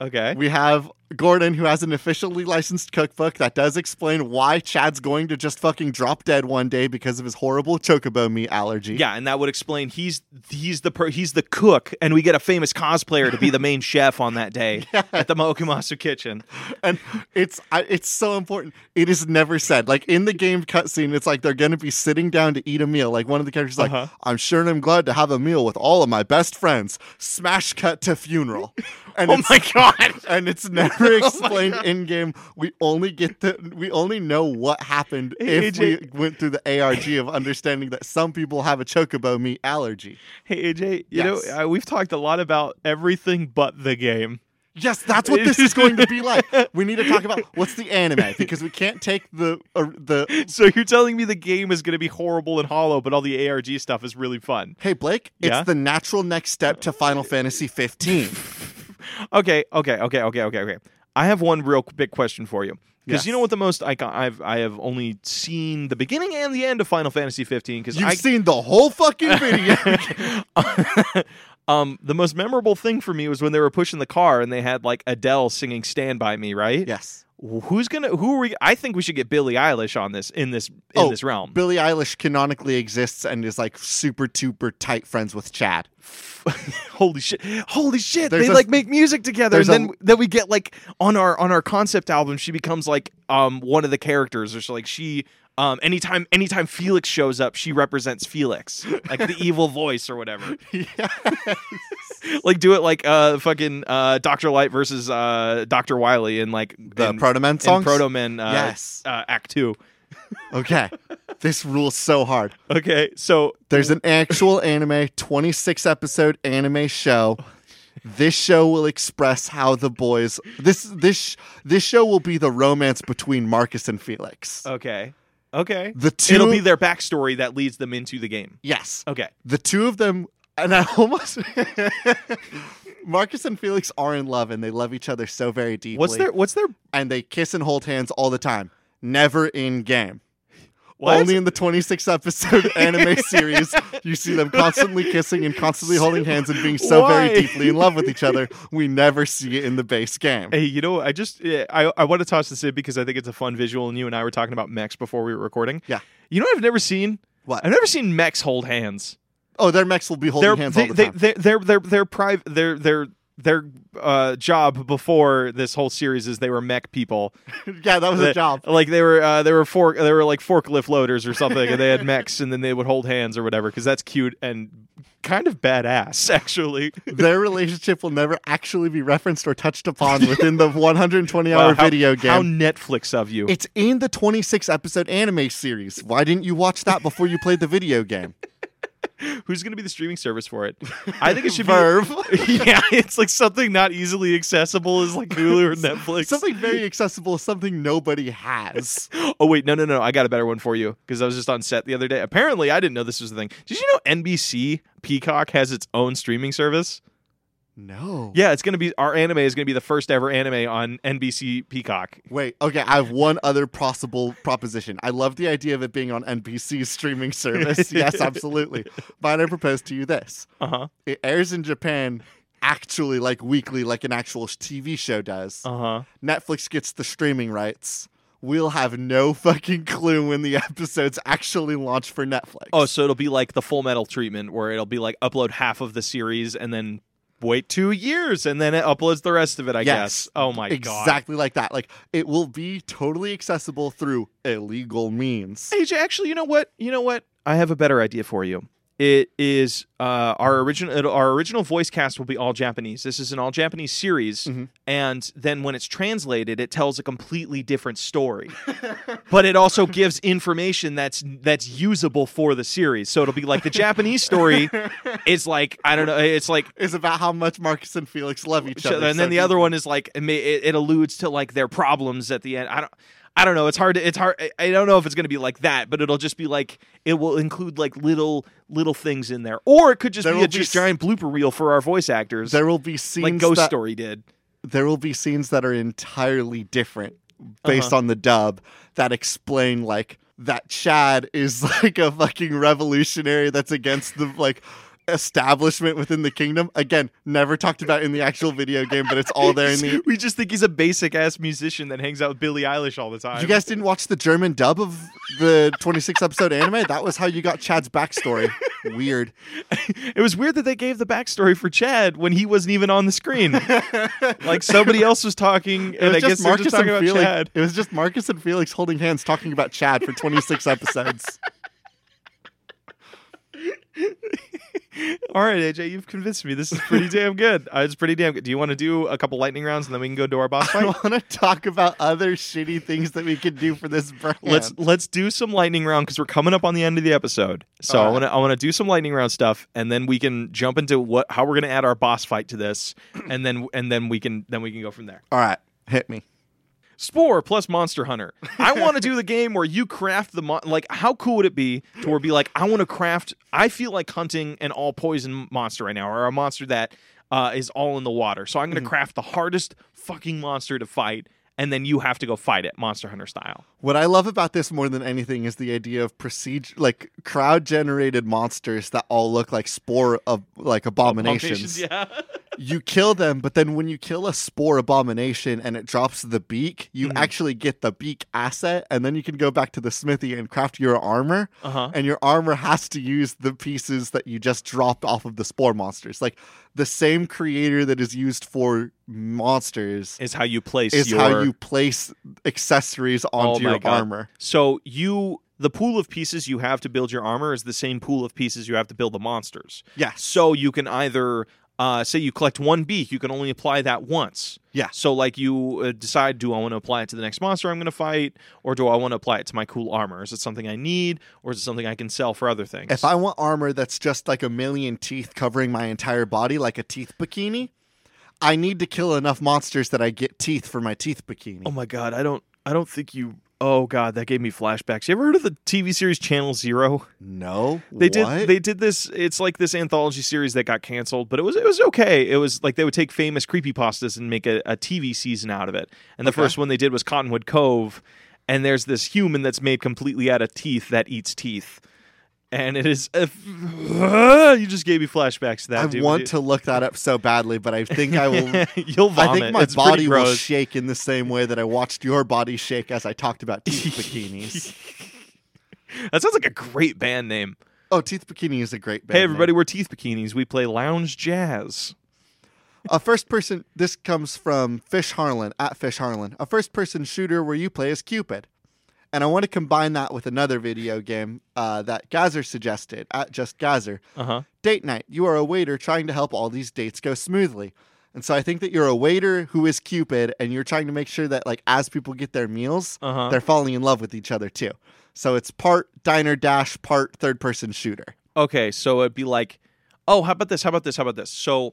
Speaker 2: Okay.
Speaker 1: We have Gordon, who has an officially licensed cookbook that does explain why Chad's going to just fucking drop dead one day because of his horrible chocobo meat allergy.
Speaker 2: Yeah, and that would explain he's he's the per, he's the cook, and we get a famous cosplayer to be the main chef on that [LAUGHS] day at the Mokumasu kitchen.
Speaker 1: and it's I, it's so important. It is never said. Like in the game cutscene, it's like they're gonna be sitting down to eat a meal. Like one of the characters, is like
Speaker 2: Uh-huh.
Speaker 1: I'm sure and I'm glad to have a meal with all of my best friends. Smash cut to
Speaker 2: [LAUGHS]
Speaker 1: funeral. And
Speaker 2: Oh
Speaker 1: it's-
Speaker 2: my god! Oh
Speaker 1: And it's never explained in game. We only get the we only know what happened
Speaker 2: Hey,
Speaker 1: if
Speaker 2: AJ.
Speaker 1: we went through the ARG of understanding that some people have a chocobo meat allergy.
Speaker 2: [LAUGHS] Hey AJ, you
Speaker 1: Yes.
Speaker 2: know uh, we've talked a lot about everything but the game.
Speaker 1: Yes, that's what this is going to be like. We need to talk about what's the anime because we can't take the uh, the
Speaker 2: [LAUGHS] So you're telling me the game is going to be horrible and hollow, but all the ARG stuff is really fun.
Speaker 1: Hey Blake, it's
Speaker 2: Yeah?
Speaker 1: the natural next step to Final Fantasy
Speaker 2: [LAUGHS]
Speaker 1: 15.
Speaker 2: Okay, okay, okay, okay, okay, okay. I have one real big question for you. Because
Speaker 1: Yes.
Speaker 2: you know what the most icon I've I have only seen the beginning and the end of Final Fantasy 15 because
Speaker 1: You've
Speaker 2: I
Speaker 1: seen the whole
Speaker 2: [LAUGHS]
Speaker 1: fucking video.
Speaker 2: um, the most memorable thing for me was when they were pushing the car and they had like Adele singing "Stand by Me," right?
Speaker 1: yes.
Speaker 2: Who's gonna? Who are we? I think we should get Billie Eilish on this in this in
Speaker 1: Oh,
Speaker 2: this realm. [LAUGHS]
Speaker 1: Billie Eilish canonically exists and is like super duper tight friends with
Speaker 2: [LAUGHS]
Speaker 1: Chad.
Speaker 2: holy shit! Holy shit!
Speaker 1: There's
Speaker 2: they
Speaker 1: a-
Speaker 2: like make music together, and
Speaker 1: there's a-
Speaker 2: then then we get like on our on our concept album, she becomes like um one of the characters, or so like she. Um, anytime, anytime Felix shows up, she represents Felix, like
Speaker 1: [LAUGHS]
Speaker 2: the evil voice or whatever.
Speaker 1: Yeah.
Speaker 2: Like, do it like uh, fucking uh, Doctor Light versus uh, Doctor Wiley in like
Speaker 1: The
Speaker 2: in-
Speaker 1: Proto Man
Speaker 2: [LAUGHS] in
Speaker 1: songs?
Speaker 2: Proto Man uh,
Speaker 1: Yes.
Speaker 2: uh, Act Two.
Speaker 1: okay. This rules so hard.
Speaker 2: Okay, so
Speaker 1: There's an actual anime, 26 episode anime show. This show will express how the boys this this this show will be the romance between Marcus and Felix.
Speaker 2: okay, okay,
Speaker 1: the 2
Speaker 2: Uh, it'll be their backstory that leads them into the game.
Speaker 1: Yes.
Speaker 2: Okay,
Speaker 1: the two of them and I [LAUGHS] almost Marcus and Felix are in love and they love each other so very deeply.
Speaker 2: what's their what's their
Speaker 1: and they kiss and hold hands all the time. Never in game.
Speaker 2: what?
Speaker 1: Only in the 26
Speaker 2: [LAUGHS]
Speaker 1: episode anime series, you see them constantly kissing and constantly holding hands and being so
Speaker 2: Why?
Speaker 1: very deeply in love with each other. We never see it in the base game.
Speaker 2: Hey, you know, I just yeah, I I want to toss this in because I think it's a fun visual, and you and I were talking about mechs before we were recording.
Speaker 1: Yeah.
Speaker 2: you know, what I've never seen.
Speaker 1: What?
Speaker 2: I've never seen mechs hold hands.
Speaker 1: Oh, their mechs will be holding
Speaker 2: their,
Speaker 1: hands
Speaker 2: they,
Speaker 1: all the
Speaker 2: they,
Speaker 1: time. [LAUGHS]
Speaker 2: Their, their their their private their their their uh, job before this whole series is they were mech people.
Speaker 1: yeah, that was
Speaker 2: The-
Speaker 1: a job.
Speaker 2: Like they were uh, they were fork they were like forklift loaders or something, and they had mechs, and then they would hold hands or whatever because that's cute and kind of badass [LAUGHS] actually.
Speaker 1: Their relationship will never actually be referenced or touched upon within
Speaker 2: [LAUGHS]
Speaker 1: the 120 hour
Speaker 2: Wow, how-
Speaker 1: video game.
Speaker 2: How Netflix of you?
Speaker 1: It's in the 26 episode anime series. Why didn't you watch that before you played the video game?
Speaker 2: [LAUGHS] Who's going to be the streaming service for it? [LAUGHS] I think it should be
Speaker 1: Verve.
Speaker 2: [LAUGHS] yeah, it's like something not easily accessible is like Hulu or
Speaker 1: [LAUGHS]
Speaker 2: Netflix.
Speaker 1: something very accessible, something nobody
Speaker 2: [LAUGHS]
Speaker 1: has.
Speaker 2: Oh wait, no, no, no! I got a better one for you because I was just on set the other day. Apparently, I didn't know this was a thing. Did you know NBC Peacock has its own streaming service?
Speaker 1: No.
Speaker 2: Yeah, it's gonna be our anime is gonna be the first ever anime on NBC Peacock.
Speaker 1: Wait, okay, I have one other possible proposition. I love the idea of it being on NBC's [LAUGHS] streaming
Speaker 2: [LAUGHS]
Speaker 1: service. yes, absolutely. But I propose to you this
Speaker 2: Uh huh.
Speaker 1: it airs in Japan actually like weekly, like an actual TV show does.
Speaker 2: Uh huh.
Speaker 1: Netflix gets the streaming rights. We'll have no [LAUGHS] fucking clue when the episodes actually launch for Netflix.
Speaker 2: Oh, so it'll be like the Full Metal treatment where it'll be like upload half of the series and then wait two years and then it uploads the rest of it. I
Speaker 1: Yes.
Speaker 2: guess. Oh my god.
Speaker 1: exactly like that. Like it will be totally accessible through illegal means.
Speaker 2: AJ, actually, you know what? You know what? I have a better idea for you. It is uh, our original. Our original voice cast will be all Japanese. This is an all Japanese series,
Speaker 1: Mhm.
Speaker 2: and then when it's translated, it tells a completely different story. [LAUGHS] but it also gives information that's that's usable for the series. So it'll be like the Japanese story is like I don't know. It's like
Speaker 1: It's about how much Marcus and Felix love each other.
Speaker 2: and then
Speaker 1: so
Speaker 2: the
Speaker 1: you-
Speaker 2: other one is like it, may- it, it alludes to like their problems at the end. I don't. I don't know. It's hard. To, it's hard. I- I don't know if it's going to be like that, but it'll just be like it will include like little little things in there, or it could just
Speaker 1: There
Speaker 2: be
Speaker 1: will
Speaker 2: a
Speaker 1: be
Speaker 2: just
Speaker 1: s-
Speaker 2: giant blooper reel for our voice actors,
Speaker 1: There will be scenes
Speaker 2: like Ghost
Speaker 1: that,
Speaker 2: Story did.
Speaker 1: there will be scenes that are entirely different based
Speaker 2: Uh-huh.
Speaker 1: on the dub that explain like that Chad is [LAUGHS] like a fucking revolutionary that's against the like establishment within the kingdom. Again, never talked about in the actual video game, but it's all there
Speaker 2: [LAUGHS]
Speaker 1: in the
Speaker 2: we just think he's a basic ass musician that hangs out with Billie Eilish all the time.
Speaker 1: You guys didn't watch the German dub of the 26 episode anime? That was how you got Chad's backstory. Weird.
Speaker 2: It was weird that they gave the backstory for Chad when he wasn't even on
Speaker 1: [LAUGHS]
Speaker 2: the screen. like somebody else was talking,
Speaker 1: It
Speaker 2: [LAUGHS] and
Speaker 1: was
Speaker 2: I guess
Speaker 1: just
Speaker 2: they were just
Speaker 1: Marcus and
Speaker 2: talking about
Speaker 1: Felix.
Speaker 2: Chad.
Speaker 1: It was just Marcus and Felix holding hands talking about Chad for
Speaker 2: [LAUGHS]
Speaker 1: 26 episodes.
Speaker 2: All right, AJ, you've convinced me. This is
Speaker 1: [LAUGHS]
Speaker 2: pretty damn good. Uh, it's pretty damn good. Do you want to do a couple lightning rounds and then we can go to our boss
Speaker 1: [LAUGHS] I
Speaker 2: fight?
Speaker 1: want to talk about other shitty things that we could do for this brand.
Speaker 2: Let's let's do some lightning round because we're coming up on the end of the episode. So I
Speaker 1: All right.
Speaker 2: want to I want to do some lightning round stuff, and then we can jump into what how we're going to add our boss fight
Speaker 1: [CLEARS THROAT]
Speaker 2: to this, and then and then we can then we can go from there.
Speaker 1: All right, hit me.
Speaker 2: Spore plus Monster Hunter. I want to do the game where you craft the mon- like. How cool would it be to where be like, I want to craft. I feel like hunting an all poison monster right now, or a monster that uh, is all in the water. So I'm going to
Speaker 1: Mm-hmm.
Speaker 2: craft the hardest fucking monster to fight, and then you have to go fight it, Monster Hunter style.
Speaker 1: What I love about this more than anything is the idea of procedure, like crowd generated monsters that all look like spore of like abominations.
Speaker 2: Yeah. [LAUGHS]
Speaker 1: You kill them, but then when you kill a spore abomination and it drops the beak, you actually get the beak asset, and then you can go back to the smithy and craft your armor.
Speaker 2: Uh huh.
Speaker 1: and your armor has to use the pieces that you just dropped off of the spore monsters. Like the same creator that is used for monsters
Speaker 2: Is how you place
Speaker 1: is
Speaker 2: your. Oh
Speaker 1: how you place accessories onto
Speaker 2: my
Speaker 1: your
Speaker 2: God.
Speaker 1: armor.
Speaker 2: So you the pool of pieces you have to build your armor is the same pool of pieces you have to build the monsters.
Speaker 1: Yes.
Speaker 2: So you can either uh, say you collect one beak, you can only apply that once.
Speaker 1: Yeah.
Speaker 2: So like you uh, decide, do I want to apply it to the next monster I'm going to fight, or do I want to apply it to my cool armor? Is it something I need, or is it something I can sell for other things?
Speaker 1: If I want armor that's just like a million teeth covering my entire body, like a teeth bikini, I need to kill enough monsters that I get teeth for my teeth bikini.
Speaker 2: oh my god, I don't, I don't think you. Oh god, that gave me flashbacks. You ever heard of the TV series Channel Zero?
Speaker 1: No,
Speaker 2: They did
Speaker 1: What?
Speaker 2: they did this it's like this anthology series that got canceled, but it was it was okay. It was like they would take famous creepypastas and make a, a TV season out of it. And the
Speaker 1: Okay.
Speaker 2: first one they did was Cottonwood Cove, and there's this human that's made completely out of teeth that eats teeth. And it is [LAUGHS] if, you just gave me flashbacks to that
Speaker 1: I
Speaker 2: dude.
Speaker 1: want to look that up so badly, but I think I will
Speaker 2: [LAUGHS] You'll vomit.
Speaker 1: I think my
Speaker 2: It's pretty
Speaker 1: body will
Speaker 2: [LAUGHS] gross.
Speaker 1: shake in the same way that I watched your body shake as I talked about
Speaker 2: [LAUGHS]
Speaker 1: teeth bikinis.
Speaker 2: that sounds like a great band name.
Speaker 1: Oh, teeth bikini is a great band.
Speaker 2: hey everybody,
Speaker 1: name.
Speaker 2: we're Teeth Bikinis. We play lounge jazz.
Speaker 1: A first person. This comes from Fish Harlan at Fish Harlan. A first person shooter where you play as Cupid. And I want to combine that with another video game uh, that Gazer suggested at Just Gazer.
Speaker 2: Uh-huh.
Speaker 1: Date night. You are a waiter trying to help all these dates go smoothly. And so I think that you're a waiter who is Cupid, and you're trying to make sure that, like, as people get their meals,
Speaker 2: Uh-huh.
Speaker 1: they're falling in love with each other too. So it's part diner dash, part third person shooter.
Speaker 2: Okay, so it'd be like, oh, how about this? How about this? How about this? So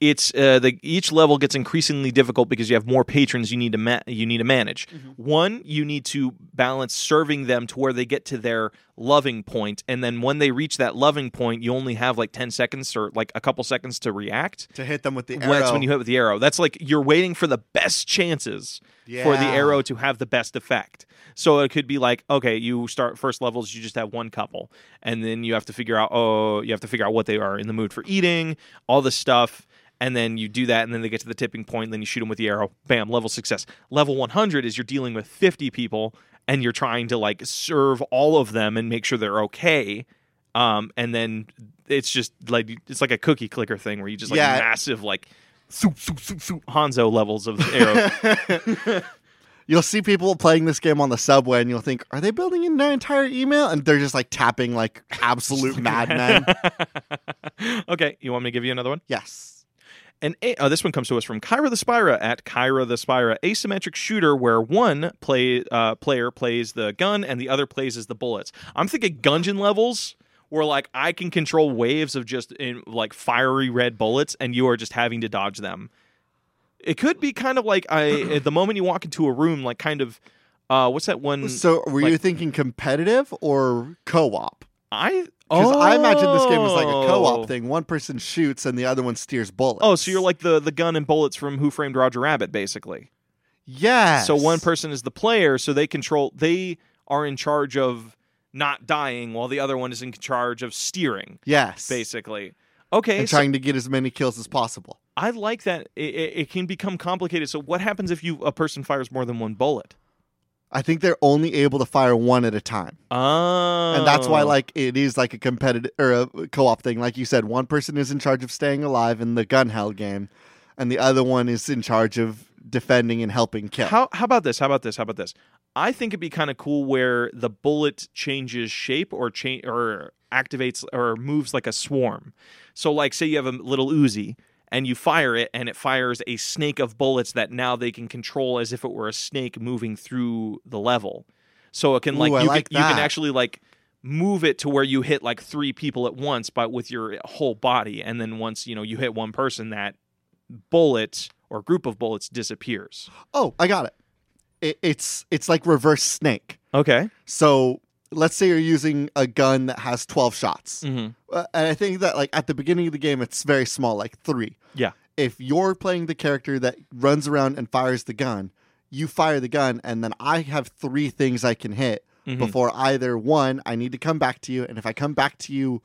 Speaker 2: it's uh, the each level gets increasingly difficult because you have more patrons you need to ma- you need to manage. One, you need to balance serving them to where they get to their loving point, and then when they reach that loving point, you only have like ten seconds or like a couple seconds to react.
Speaker 1: To hit them with the
Speaker 2: Well, That's when you hit with the arrow. That's like you're waiting for the best chances for the
Speaker 1: Yeah.
Speaker 2: arrow to have the best effect. So it could be like, okay, you start first levels, you just have one couple, and then you have to figure out, oh, you have to figure out what they are in the mood for eating, all this stuff, and then you do that, and then they get to the tipping point, and then you shoot them with the arrow, bam, level success. Level 100 is you're dealing with 50 people, and you're trying to like serve all of them and make sure they're okay. Um, and then it's just like it's like a cookie clicker thing where you just like
Speaker 1: Yeah.
Speaker 2: massive like soup, soup, soup, soup, Hanzo levels of arrow.
Speaker 1: You'll see people playing this game on the subway, and you'll think, "Are they building an entire email?" And they're just like tapping
Speaker 2: [LAUGHS]
Speaker 1: like absolute madmen.
Speaker 2: okay, you want me to give you another one?
Speaker 1: Yes.
Speaker 2: And a- oh, this one comes to us from Kyra the Spyra at Kyra the Spyra, asymmetric shooter where one play uh, player plays the gun and the other plays as the bullets. I'm thinking Gungeon levels where like I can control waves of just in, like fiery red bullets and you are just having to dodge them. It could be kind of like I at the moment you walk into a room like kind of uh, what's that one?
Speaker 1: So, were you
Speaker 2: like-
Speaker 1: thinking competitive or co-op?
Speaker 2: I
Speaker 1: Because I imagine this game is like a
Speaker 2: Oh.
Speaker 1: co-op thing. One person shoots and the other one steers bullets.
Speaker 2: Oh, so you're like the the gun and bullets from Who Framed Roger Rabbit, basically.
Speaker 1: yeah.
Speaker 2: So one person is the player, so they control. They are in charge of not dying, while the other one is in charge of steering,
Speaker 1: yes,
Speaker 2: basically. Okay,
Speaker 1: and
Speaker 2: so
Speaker 1: trying to get as many kills as possible.
Speaker 2: I like that. It, it, it can become complicated. So what happens if you a person fires more than one bullet?
Speaker 1: I think they're only able to fire one at a time,
Speaker 2: Oh,
Speaker 1: and that's why like it is like a competitive or a co-op thing. Like you said, one person is in charge of staying alive in the gun hell game, and the other one is in charge of defending and helping kill.
Speaker 2: How how about this? How about this? How about this? I think it'd be kind of cool where the bullet changes shape or change or activates or moves like a swarm. So like say you have a little Uzi and you fire it and it fires a snake of bullets that now they can control as if it were a snake moving through the level. So it can like
Speaker 1: Ooh, I
Speaker 2: you
Speaker 1: like
Speaker 2: can, you can
Speaker 1: that.
Speaker 2: actually like move it to where you hit like three people at once but with your whole body and then once you know you hit one person that bullet or group of bullets disappears.
Speaker 1: Oh, I got it. it it's it's like reverse snake.
Speaker 2: Okay.
Speaker 1: So let's say you're using a gun that has 12 shots.
Speaker 2: Mm-hmm.
Speaker 1: Uh, And I think that like at the beginning of the game, it's very small, like three.
Speaker 2: Yeah.
Speaker 1: If you're playing the character that runs around and fires the gun, you fire the gun, and then I have three things I can hit
Speaker 2: Mhm.
Speaker 1: before either one, I need to come back to you. And if I come back to you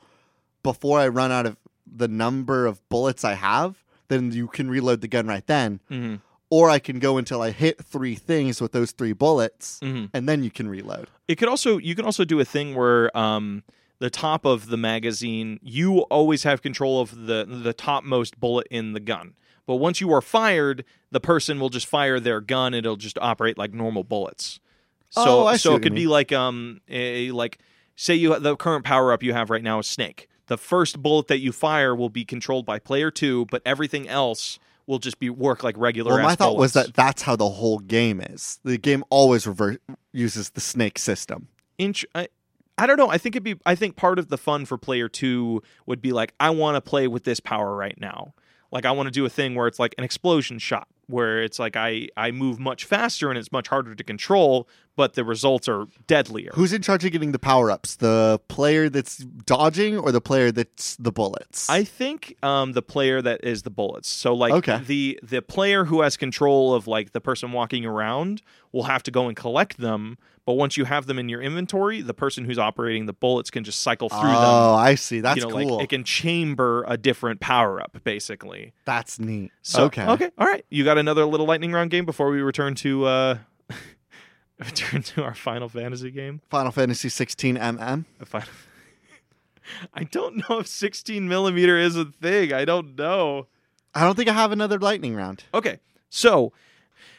Speaker 1: before I run out of the number of bullets I have, then you can reload the gun right then.
Speaker 2: Mhm.
Speaker 1: Or I can go until I hit three things with those three bullets,
Speaker 2: Mhm.
Speaker 1: and then you can reload.
Speaker 2: It could also you can also do a thing where um, the top of the magazine you always have control of the the topmost bullet in the gun. But once you are fired, the person will just fire their gun. It'll just operate like normal bullets. So
Speaker 1: Oh, I see
Speaker 2: so
Speaker 1: what you
Speaker 2: it could be
Speaker 1: mean.
Speaker 2: like um a, like say you the current power up you have right now is snake. The first bullet that you fire will be controlled by player two, but everything else will just be work like regular.
Speaker 1: Well, my
Speaker 2: ass
Speaker 1: thought was
Speaker 2: bullets.
Speaker 1: that that's how the whole game is. The game always rever- uses the snake system.
Speaker 2: inch I, I don't know i think it'd be i think part of the fun for player two would be like i want to play with this power right now like i want to do a thing where it's like an explosion shot where it's like i i move much faster and it's much harder to control but the results are deadlier
Speaker 1: Who's in charge of getting the power ups? The player that's dodging or the player that's the bullets?
Speaker 2: I think um, the player that is the bullets. So like
Speaker 1: Okay.
Speaker 2: the the player who has control of like the person walking around will have to go and collect them. But once you have them in your inventory, the person who's operating the bullets can just cycle through them
Speaker 1: oh, I see. That's
Speaker 2: you know,
Speaker 1: cool.
Speaker 2: like it can chamber a different power up, basically.
Speaker 1: that's neat.
Speaker 2: So
Speaker 1: okay.
Speaker 2: okay, all right. You got another little lightning round game before we return to uh [LAUGHS] return to our Final Fantasy game.
Speaker 1: Final Fantasy 16 MM.
Speaker 2: A Final... [LAUGHS] I don't know if 16 millimeter is a thing. I don't know.
Speaker 1: I don't think I have another lightning round.
Speaker 2: Okay, so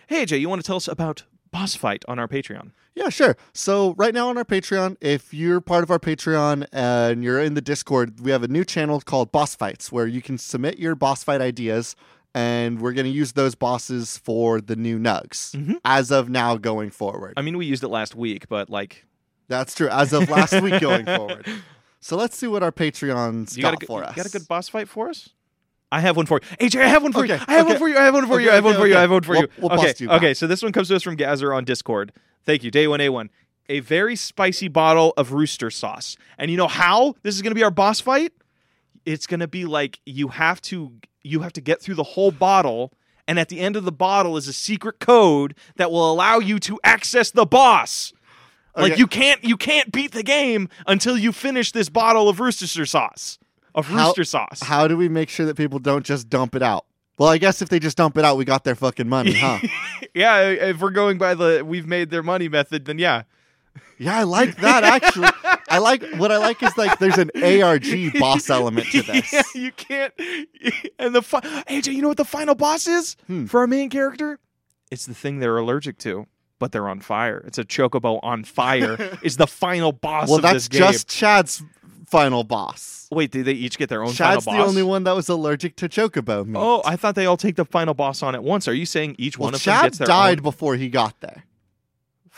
Speaker 2: hey Jay, you want to tell us about boss fight on our Patreon?
Speaker 1: Yeah, sure. So right now on our Patreon, if you're part of our Patreon and you're in the Discord, we have a new channel called Boss Fights where you can submit your boss fight ideas and we're going to use those bosses for the new nugs
Speaker 2: Mhm.
Speaker 1: as of now going forward.
Speaker 2: I mean, we used it last week, but like
Speaker 1: That's true. As of last week
Speaker 2: [LAUGHS]
Speaker 1: going forward. So let's see what our Patreon's
Speaker 2: you
Speaker 1: got,
Speaker 2: got a good,
Speaker 1: for
Speaker 2: you
Speaker 1: us.
Speaker 2: got a good boss fight for us? I have one for you. AJ, I have one for you.
Speaker 1: Okay,
Speaker 2: I have one
Speaker 1: okay.
Speaker 2: for you. I have one for you. I
Speaker 1: Okay,
Speaker 2: have one
Speaker 1: okay,
Speaker 2: for you. I
Speaker 1: okay.
Speaker 2: have one for you.
Speaker 1: We'll- we'll
Speaker 2: okay.
Speaker 1: bust you back.
Speaker 2: okay, so this one comes to us from Gazer on Discord. Thank you. Day 1A1. A very spicy bottle of rooster sauce. And you know how this is going to be our boss fight? It's going to be like you have to you have to get through the whole bottle and at the end of the bottle is a secret code that will allow you to access the boss. Like
Speaker 1: Okay.
Speaker 2: you can't you can't beat the game until you finish this bottle of Rooster sauce. Of
Speaker 1: How-
Speaker 2: rooster sauce.
Speaker 1: How do we make sure that people don't just dump it out? Well, I guess if they just dump it out, we got their fucking
Speaker 2: [LAUGHS]
Speaker 1: money, huh?
Speaker 2: [LAUGHS] yeah, if we're going by the we've made their money method, then yeah.
Speaker 1: Yeah, I like that actually. I like what I like is like there's an ARG boss element to this.
Speaker 2: [LAUGHS] Yeah, you can't. And the fi- AJ, you know what the final boss is
Speaker 1: Hmm.
Speaker 2: for our main character? It's the thing they're allergic to. but they're on fire. It's a chocobo [LAUGHS] on fire. is the final boss
Speaker 1: well,
Speaker 2: of
Speaker 1: that's
Speaker 2: this game.
Speaker 1: just Chad's final boss.
Speaker 2: Wait, do they each get their own
Speaker 1: Chad's
Speaker 2: final boss?
Speaker 1: the only one that was allergic to chocobo meat.
Speaker 2: Oh, I thought they all take the final boss on at once. Are you saying each
Speaker 1: well,
Speaker 2: one of them
Speaker 1: Chad
Speaker 2: gets their
Speaker 1: died
Speaker 2: own?
Speaker 1: before he got there.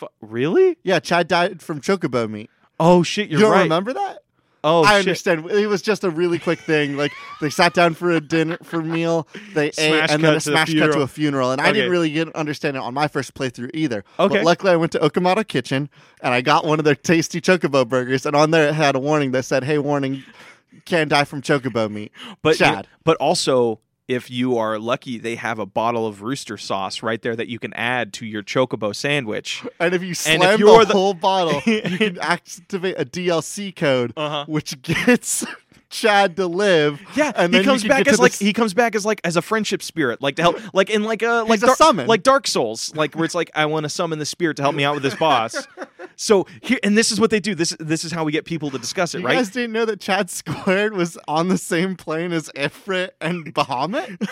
Speaker 2: F- really?
Speaker 1: Yeah, Chad died from chocobo meat.
Speaker 2: Oh shit, you're
Speaker 1: you don't
Speaker 2: right.
Speaker 1: remember that?
Speaker 2: Oh
Speaker 1: I
Speaker 2: shit.
Speaker 1: understand. It was just a really quick thing. Like they sat down for a dinner for a meal, they
Speaker 2: Smash
Speaker 1: ate, and then
Speaker 2: cut
Speaker 1: a
Speaker 2: to the
Speaker 1: smash cut to
Speaker 2: funeral.
Speaker 1: a funeral. And I
Speaker 2: Okay.
Speaker 1: didn't really get, understand it on my first playthrough either.
Speaker 2: Okay.
Speaker 1: But luckily, I went to Okamoto Kitchen and I got one of their tasty chocobo burgers. And on there, it had a warning that said, "Hey, warning, can die from chocobo meat."
Speaker 2: But you-
Speaker 1: Chad.
Speaker 2: but also if you are lucky, they have a bottle of rooster sauce right there that you can add to your chocobo sandwich.
Speaker 1: And if you
Speaker 2: And
Speaker 1: slam
Speaker 2: if
Speaker 1: the,
Speaker 2: you're the-
Speaker 1: whole bottle, you can activate a DLC code,
Speaker 2: [LAUGHS] Uh-huh.
Speaker 1: which gets [LAUGHS] Chad to live.
Speaker 2: Yeah,
Speaker 1: and
Speaker 2: he
Speaker 1: then you
Speaker 2: comes
Speaker 1: can
Speaker 2: back
Speaker 1: get to
Speaker 2: as
Speaker 1: the
Speaker 2: like
Speaker 1: s-
Speaker 2: he comes back as like as a friendship spirit, like to help, like in like a like
Speaker 1: a
Speaker 2: Dark-
Speaker 1: summon.
Speaker 2: like Dark Souls, like where it's like I want to summon the spirit to help me out with
Speaker 1: [LAUGHS]
Speaker 2: this boss. so here, and this is what they do. This this is how we get people to discuss it,
Speaker 1: You
Speaker 2: right?
Speaker 1: guys didn't know that Chad Squared was on the same plane as Ifrit and
Speaker 2: [LAUGHS]
Speaker 1: Bahamut?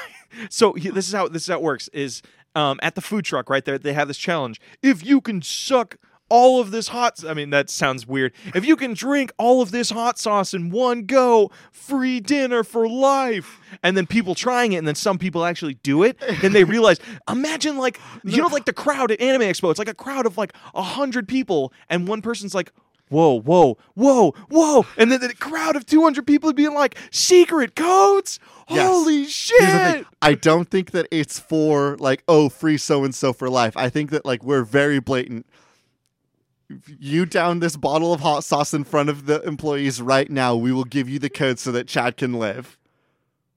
Speaker 2: So he- this is how this is how it works. Is um, at the food truck right there. They have this challenge. If you can suck all of this hot, I mean that sounds weird. If you can drink all of this hot sauce in one go, free dinner for life. And then people trying it, and then some people actually do it. Then
Speaker 1: [LAUGHS]
Speaker 2: they realize. Imagine like you know like the crowd at Anime Expo. It's like a crowd of like a hundred people, and one person's like. Whoa, whoa, whoa, whoa. And then the crowd of 200 people would be like, secret codes?
Speaker 1: Yes.
Speaker 2: Holy shit.
Speaker 1: Here's the thing. I don't think that it's for like, oh, free so and so for life. I think that like we're very blatant. You down this bottle of hot sauce in front of the employees right now. We will give you the code so that Chad can
Speaker 2: [LAUGHS]
Speaker 1: live.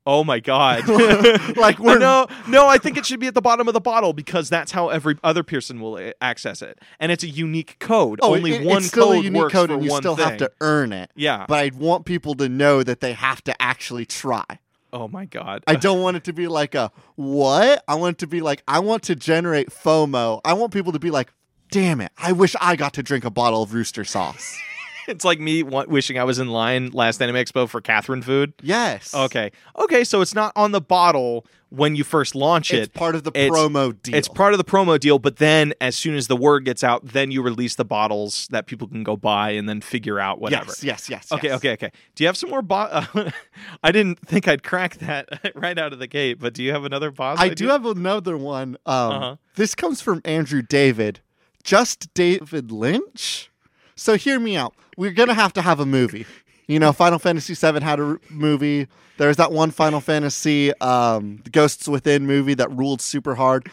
Speaker 2: Oh my god.
Speaker 1: [LAUGHS] Like we're
Speaker 2: no, no, I think it should be at the bottom of the bottle because that's how every other person will uh, access it. And it's a unique code.
Speaker 1: Oh,
Speaker 2: Only
Speaker 1: it-
Speaker 2: one
Speaker 1: it's still
Speaker 2: code
Speaker 1: a unique
Speaker 2: works
Speaker 1: code,
Speaker 2: for
Speaker 1: and you
Speaker 2: one
Speaker 1: still
Speaker 2: thing.
Speaker 1: have to earn it.
Speaker 2: Yeah.
Speaker 1: But I want people to know that they have to actually try.
Speaker 2: oh my god.
Speaker 1: I don't want it to be like a what? I want it to be like I want to generate FOMO. I want people to be like, "Damn it! I wish I got to drink a bottle of rooster
Speaker 2: [LAUGHS]
Speaker 1: sauce."
Speaker 2: [LAUGHS] it's like me wa- wishing I was in line last Anime Expo for Catherine food.
Speaker 1: yes.
Speaker 2: Okay. Okay, so it's not on the bottle when you first launch
Speaker 1: It's
Speaker 2: it.
Speaker 1: part of the
Speaker 2: It's-
Speaker 1: promo deal.
Speaker 2: It's part of the promo deal, but then as soon as the word gets out, then you release the bottles that people can go buy and then figure out whatever.
Speaker 1: Yes. Yes. Yes.
Speaker 2: Okay,
Speaker 1: yes.
Speaker 2: okay, okay. Do you have some more boss? [LAUGHS] I didn't think I'd crack that [LAUGHS] right out of the gate, but do you have another boss?
Speaker 1: I
Speaker 2: idea? [LAUGHS]
Speaker 1: do have another one. Um,
Speaker 2: Uh-huh.
Speaker 1: This comes from Andrew David, just David Lynch. So hear me out. We're gonna have to have a movie. You know, Final Fantasy VII had a r- movie. There's that one Final Fantasy um, Ghosts Within movie that ruled super hard.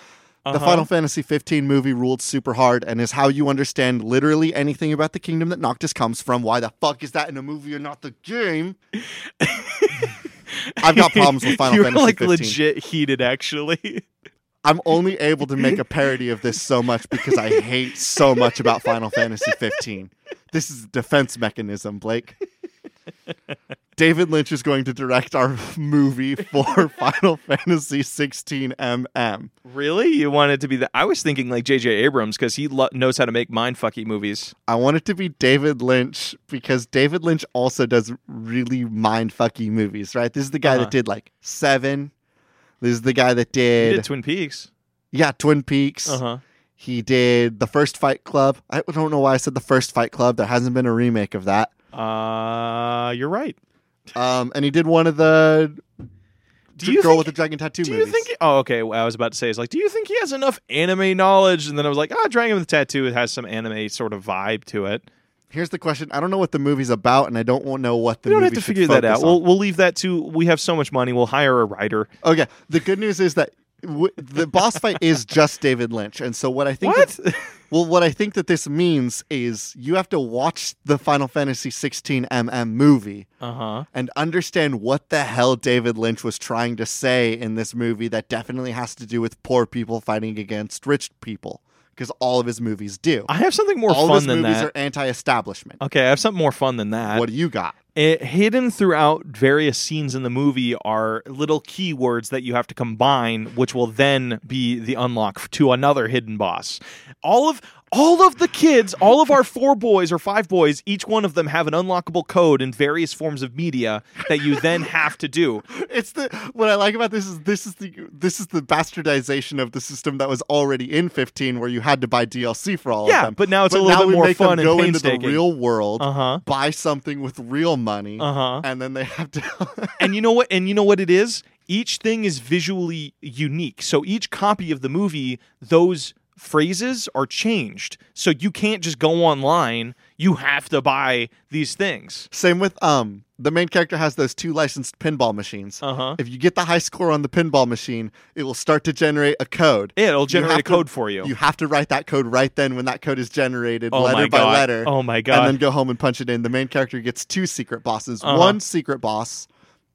Speaker 1: The
Speaker 2: Uh-huh.
Speaker 1: Final Fantasy 15 movie ruled super hard and is how you understand literally anything about the kingdom that Noctis comes from. Why the fuck is that in a movie and not the
Speaker 2: [LAUGHS]
Speaker 1: game? I've got problems with Final
Speaker 2: You're
Speaker 1: Fantasy
Speaker 2: like
Speaker 1: 15.
Speaker 2: legit heated, actually. [LAUGHS]
Speaker 1: I'm only able to make a parody of this so much because I hate so much about Final Fantasy 15. This is a defense mechanism, Blake. David Lynch is going to direct our movie for [LAUGHS] Final Fantasy 16 MM.
Speaker 2: really, you wanted to be the? I was thinking like J.J. Abrams because he lo- knows how to make mind fucky movies.
Speaker 1: I want it to be David Lynch because David Lynch also does really mind fucky movies, right? This is the guy
Speaker 2: Uh-huh.
Speaker 1: that did like Seven. This is the guy that
Speaker 2: He
Speaker 1: did, Uh-huh.
Speaker 2: did Twin Peaks.
Speaker 1: yeah, Twin Peaks.
Speaker 2: Uh huh.
Speaker 1: He did the first Fight Club. I don't know why I said the first Fight Club. There hasn't been a remake of that.
Speaker 2: Uh, you're right.
Speaker 1: Um, and he did one of the
Speaker 2: Do you
Speaker 1: Girl
Speaker 2: think-
Speaker 1: with the Dragon Tattoo
Speaker 2: Do
Speaker 1: movies.
Speaker 2: you think? oh, okay. What I was about to say is like, do you think he has enough anime knowledge? And then I was like, ah, Dragon with the Tattoo it has some anime sort of vibe to it.
Speaker 1: Here's the question. I don't know what the movie's about, and I don't want to know what the
Speaker 2: we don't
Speaker 1: movie
Speaker 2: have to
Speaker 1: should
Speaker 2: figure that
Speaker 1: focus on.
Speaker 2: out. We'll we'll leave that to. We have so much money. We'll hire a writer.
Speaker 1: okay. The good news is that w- the boss fight
Speaker 2: [LAUGHS]
Speaker 1: is just David Lynch, and so what I think.
Speaker 2: What?
Speaker 1: [LAUGHS] that- well, what I think that this means is you have to watch the Final Fantasy 16 MM movie
Speaker 2: Uh huh.
Speaker 1: and understand what the hell David Lynch was trying to say in this movie that definitely has to do with poor people fighting against rich people because all of his movies do.
Speaker 2: I have something more
Speaker 1: all of
Speaker 2: fun
Speaker 1: his
Speaker 2: than
Speaker 1: movies
Speaker 2: that.
Speaker 1: are anti-establishment.
Speaker 2: Okay, I have something more fun than that.
Speaker 1: what do you got?
Speaker 2: It, hidden throughout various scenes in the movie are little keywords that you have to combine, which will then be the unlock f- to another hidden boss. All of all of the kids, all of our four boys or five boys, each one of them have an unlockable code in various forms of media that you then have to do.
Speaker 1: [LAUGHS] It's the what I like about this is this is the this is the bastardization of the system that was already in 15, where you had to buy DLC for all of
Speaker 2: Yeah,
Speaker 1: them.
Speaker 2: but now it's a
Speaker 1: But
Speaker 2: little
Speaker 1: now
Speaker 2: bit
Speaker 1: we
Speaker 2: more
Speaker 1: make
Speaker 2: fun
Speaker 1: them
Speaker 2: and
Speaker 1: go into the
Speaker 2: painstaking.
Speaker 1: real world,
Speaker 2: Uh-huh.
Speaker 1: buy something with real money,
Speaker 2: Uh-huh.
Speaker 1: and then they [LAUGHS] have to.
Speaker 2: and you know what and you know what it is each thing is visually unique so each copy of the movie those phrases are changed so you can't just go online you have to buy these things
Speaker 1: Same with um, the main character has those two licensed pinball machines.
Speaker 2: uh-huh
Speaker 1: If you get the high score on the pinball machine, it will start to generate a code.
Speaker 2: it'll generate
Speaker 1: have
Speaker 2: a
Speaker 1: to-
Speaker 2: code for you,
Speaker 1: You have to write that code right then when that code is generated,
Speaker 2: oh
Speaker 1: letter
Speaker 2: my
Speaker 1: by
Speaker 2: god
Speaker 1: letter,
Speaker 2: oh my
Speaker 1: and
Speaker 2: god
Speaker 1: then go home and punch it in. The main character gets two secret bosses.
Speaker 2: Uh-huh.
Speaker 1: One secret boss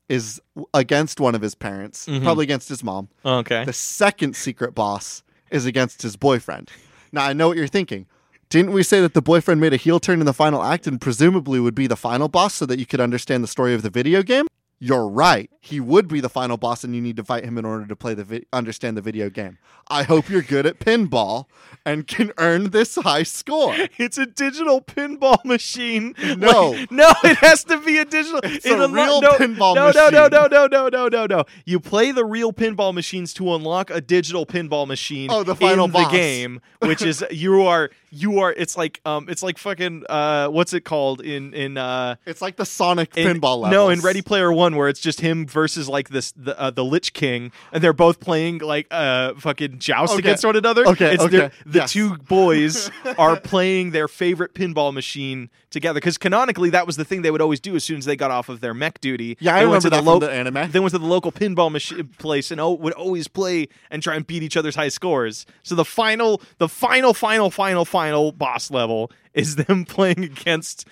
Speaker 1: is w- against one of his parents,
Speaker 2: Mhm.
Speaker 1: probably against his mom.
Speaker 2: okay
Speaker 1: The second secret boss is against his boyfriend. Now, I know what you're thinking. Didn't we say that the boyfriend made a heel turn in the final act and presumably would be the final boss so that you could understand the story of the video game? You're right. He would be the final boss and you need to fight him in order to play the vi- understand the video game. I hope you're good at pinball and can earn this high score.
Speaker 2: [LAUGHS] it's a digital pinball
Speaker 1: [LAUGHS]
Speaker 2: machine.
Speaker 1: No.
Speaker 2: Like, [LAUGHS] no, it has to be a digital.
Speaker 1: [LAUGHS] It's
Speaker 2: it
Speaker 1: a real
Speaker 2: no,
Speaker 1: pinball
Speaker 2: no, No, no,
Speaker 1: machine.
Speaker 2: no, no, no, no, no, no. You play the real pinball machines to unlock a digital pinball machine.
Speaker 1: Oh, the final
Speaker 2: in
Speaker 1: boss.
Speaker 2: the game,
Speaker 1: [LAUGHS]
Speaker 2: which is you are you are. It's like um, it's like fucking uh, what's it called in in uh.
Speaker 1: It's like the Sonic
Speaker 2: In,
Speaker 1: pinball level.
Speaker 2: no, in Ready Player One, where it's just him versus like this the uh, the Lich King, and they're both playing like uh fucking joust
Speaker 1: Okay.
Speaker 2: against one another.
Speaker 1: Okay,
Speaker 2: it's
Speaker 1: okay,
Speaker 2: their- the
Speaker 1: yes.
Speaker 2: two
Speaker 1: [LAUGHS]
Speaker 2: boys are playing their favorite pinball machine together because canonically that was the thing they would always do as soon as they got off of their mech duty.
Speaker 1: Yeah, I
Speaker 2: they
Speaker 1: remember
Speaker 2: went
Speaker 1: that
Speaker 2: to the
Speaker 1: from
Speaker 2: lo-
Speaker 1: the anime.
Speaker 2: Then went to the local pinball machine place and oh, would always play and try and beat each other's high scores. So the final, the final, final, final, final boss level is them [LAUGHS] playing against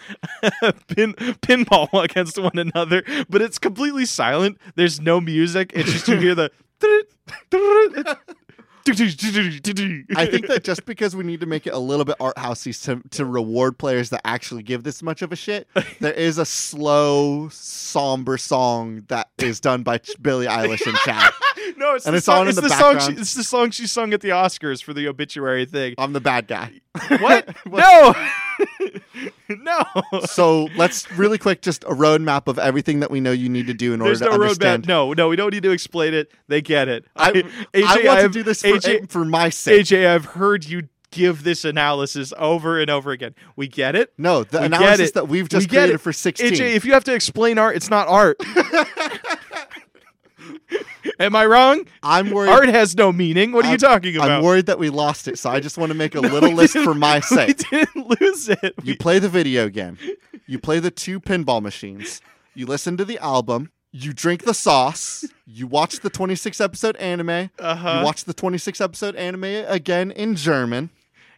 Speaker 2: pin pinball [LAUGHS] against one another. But it's completely silent. There's no music. It's just you hear the. [LAUGHS]
Speaker 1: I think that just because we need to make it a little bit art housey to, to reward players that actually give this much of a
Speaker 2: [LAUGHS]
Speaker 1: shit, there is a slow, somber song that is done by Ch- Billie Eilish and Chad
Speaker 2: no, it's
Speaker 1: and
Speaker 2: the
Speaker 1: it's
Speaker 2: song.
Speaker 1: on in
Speaker 2: it's
Speaker 1: the
Speaker 2: the, song. She,
Speaker 1: background.
Speaker 2: it's the song she sung at the Oscars for the obituary thing.
Speaker 1: [LAUGHS] I'm the bad guy.
Speaker 2: [LAUGHS]
Speaker 1: [LAUGHS]
Speaker 2: What? no, [LAUGHS] no.
Speaker 1: So let's really quick just a roadmap of everything that we know you need to do in order
Speaker 2: There's
Speaker 1: to
Speaker 2: no roadmap.
Speaker 1: understand.
Speaker 2: No, no, we don't need to explain it. They get it.
Speaker 1: I,
Speaker 2: AJ,
Speaker 1: I want to
Speaker 2: I've-
Speaker 1: do this for,
Speaker 2: AJ,
Speaker 1: for my sake.
Speaker 2: AJ, I've heard you give this analysis over and over again. We get it.
Speaker 1: no, the
Speaker 2: we get
Speaker 1: analysis
Speaker 2: it.
Speaker 1: that we've
Speaker 2: We
Speaker 1: just
Speaker 2: get
Speaker 1: created
Speaker 2: it.
Speaker 1: for 16.
Speaker 2: AJ, if you have to explain art, it's not art. [LAUGHS] Am I wrong?
Speaker 1: I'm worried.
Speaker 2: Art has no meaning. What are you
Speaker 1: I'm-
Speaker 2: talking about?
Speaker 1: I'm worried that we lost it, so I just want to make a
Speaker 2: No,
Speaker 1: little
Speaker 2: we
Speaker 1: list
Speaker 2: didn't-
Speaker 1: for my
Speaker 2: [LAUGHS] We
Speaker 1: sake.
Speaker 2: didn't lose it.
Speaker 1: You play the video game. You play the two pinball machines. You listen to the album. You drink the sauce. You watch the 26 episode anime.
Speaker 2: uh-huh.
Speaker 1: You watch the 26 episode anime again in German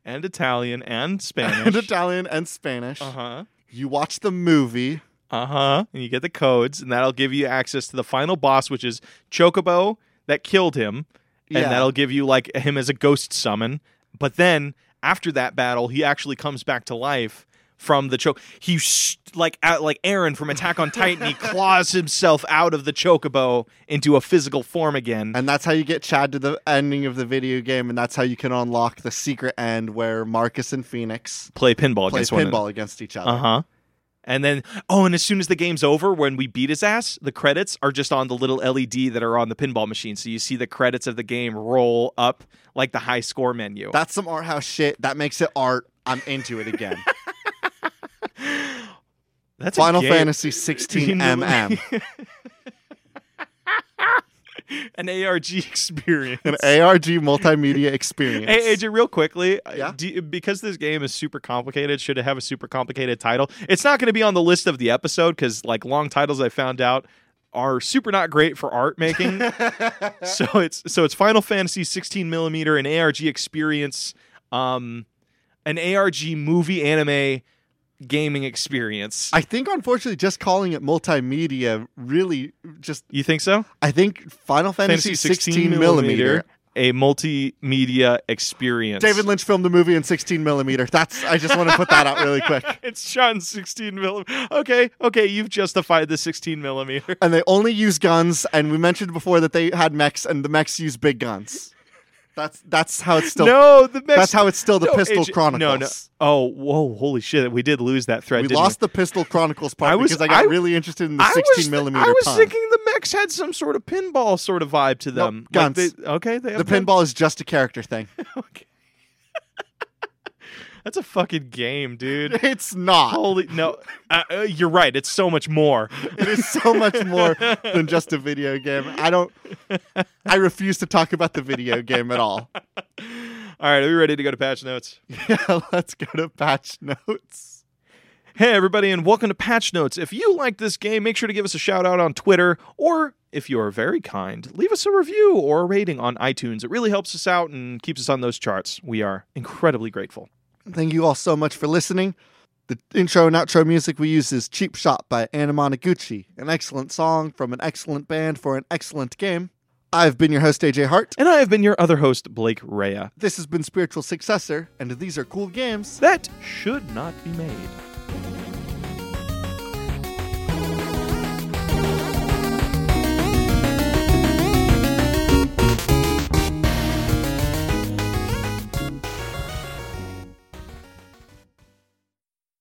Speaker 2: and Italian and Spanish.
Speaker 1: and Italian and Spanish.
Speaker 2: Uh huh.
Speaker 1: You watch the movie.
Speaker 2: Uh huh. And you get the codes, and that'll give you access to the final boss, which is Chocobo that killed him, and
Speaker 1: Yeah.
Speaker 2: that'll give you like him as a ghost summon. But then after that battle, he actually comes back to life from the choke. He sh- like out like Aaron from Attack on
Speaker 1: [LAUGHS]
Speaker 2: Titan. he claws himself out of the Chocobo into a physical form again.
Speaker 1: And that's how you get Chad to the ending of the video game. And that's how you can unlock the secret end where Marcus and Phoenix
Speaker 2: Play pinball
Speaker 1: play
Speaker 2: against one
Speaker 1: pinball against each other.
Speaker 2: Uh huh. And then, oh, and as soon as the game's over, when we beat his ass, the credits are just on the little LED that are on the pinball machine. So you see the credits of the game roll up like the high score menu.
Speaker 1: That's some art house shit. That makes it art. I'm into it
Speaker 2: [LAUGHS]
Speaker 1: again.
Speaker 2: That's a
Speaker 1: Final
Speaker 2: game.
Speaker 1: Fantasy
Speaker 2: [LAUGHS] You
Speaker 1: 16
Speaker 2: know-
Speaker 1: MM.
Speaker 2: An ARG experience.
Speaker 1: An ARG multimedia experience. [LAUGHS]
Speaker 2: Hey AJ, real quickly, uh,
Speaker 1: Yeah?
Speaker 2: do you- because this game is super complicated, should it have a super complicated title? It's not going to be on the list of the episode because, like, long titles I found out are super not great for art making.
Speaker 1: [LAUGHS]
Speaker 2: so it's so it's Final Fantasy 16 millimeter, an ARG experience, um, an ARG movie anime gaming experience.
Speaker 1: I think, unfortunately, just calling it multimedia really just.
Speaker 2: you think so?
Speaker 1: I think Final Fantasy, 16, millimeter.
Speaker 2: a multimedia experience.
Speaker 1: David Lynch filmed the movie in 16 millimeter. That's. I just want to put that out
Speaker 2: [LAUGHS]
Speaker 1: really [LAUGHS] quick.
Speaker 2: It's shot in 16 millimeter. Okay, okay, you've justified the 16 millimeter.
Speaker 1: And they only use guns, and we mentioned before that they had mechs, and the mechs use big guns. That's that's how it's [LAUGHS] still.
Speaker 2: no, the next
Speaker 1: that's how it's still the
Speaker 2: no,
Speaker 1: Pistol
Speaker 2: AJ
Speaker 1: Chronicles.
Speaker 2: No, no. Oh, whoa, holy shit! We did lose that thread.
Speaker 1: we
Speaker 2: didn't
Speaker 1: lost the Pistol Chronicles part
Speaker 2: I was-
Speaker 1: because I got
Speaker 2: I-
Speaker 1: really interested in
Speaker 2: I
Speaker 1: the 16
Speaker 2: was th-
Speaker 1: millimeter
Speaker 2: I was
Speaker 1: pun.
Speaker 2: thinking the mechs had some sort of pinball sort of vibe to them. Like
Speaker 1: guns.
Speaker 2: they- okay, they
Speaker 1: the
Speaker 2: have guns.
Speaker 1: pinball is just a character thing.
Speaker 2: Okay. That's a fucking
Speaker 1: [LAUGHS]
Speaker 2: game, dude.
Speaker 1: It's not.
Speaker 2: Holy no, uh, uh, you're right. It's so
Speaker 1: [LAUGHS]
Speaker 2: much more.
Speaker 1: It is so much more than just a video game. I don't. I refuse to talk about the video game at all. [LAUGHS]
Speaker 2: All right, are we ready to go to patch notes?
Speaker 1: Yeah, let's go to patch notes.
Speaker 2: Hey, everybody, and welcome to Patch Notes. If you like this game, make sure to give us a shout out on Twitter, or if you are very kind, leave us a review or a rating on iTunes. It really helps us out and keeps us on those charts. We are incredibly grateful.
Speaker 1: Thank you all so much for listening. The intro and outro music we use is Cheap Shot by Anna Monoguchi, an excellent song from an excellent band for an excellent game. I've been your host, AJ Hart.
Speaker 2: And I have been your other host, Blake Rea.
Speaker 1: This has been Spiritual Successor, and these are cool games.
Speaker 2: That should not be made.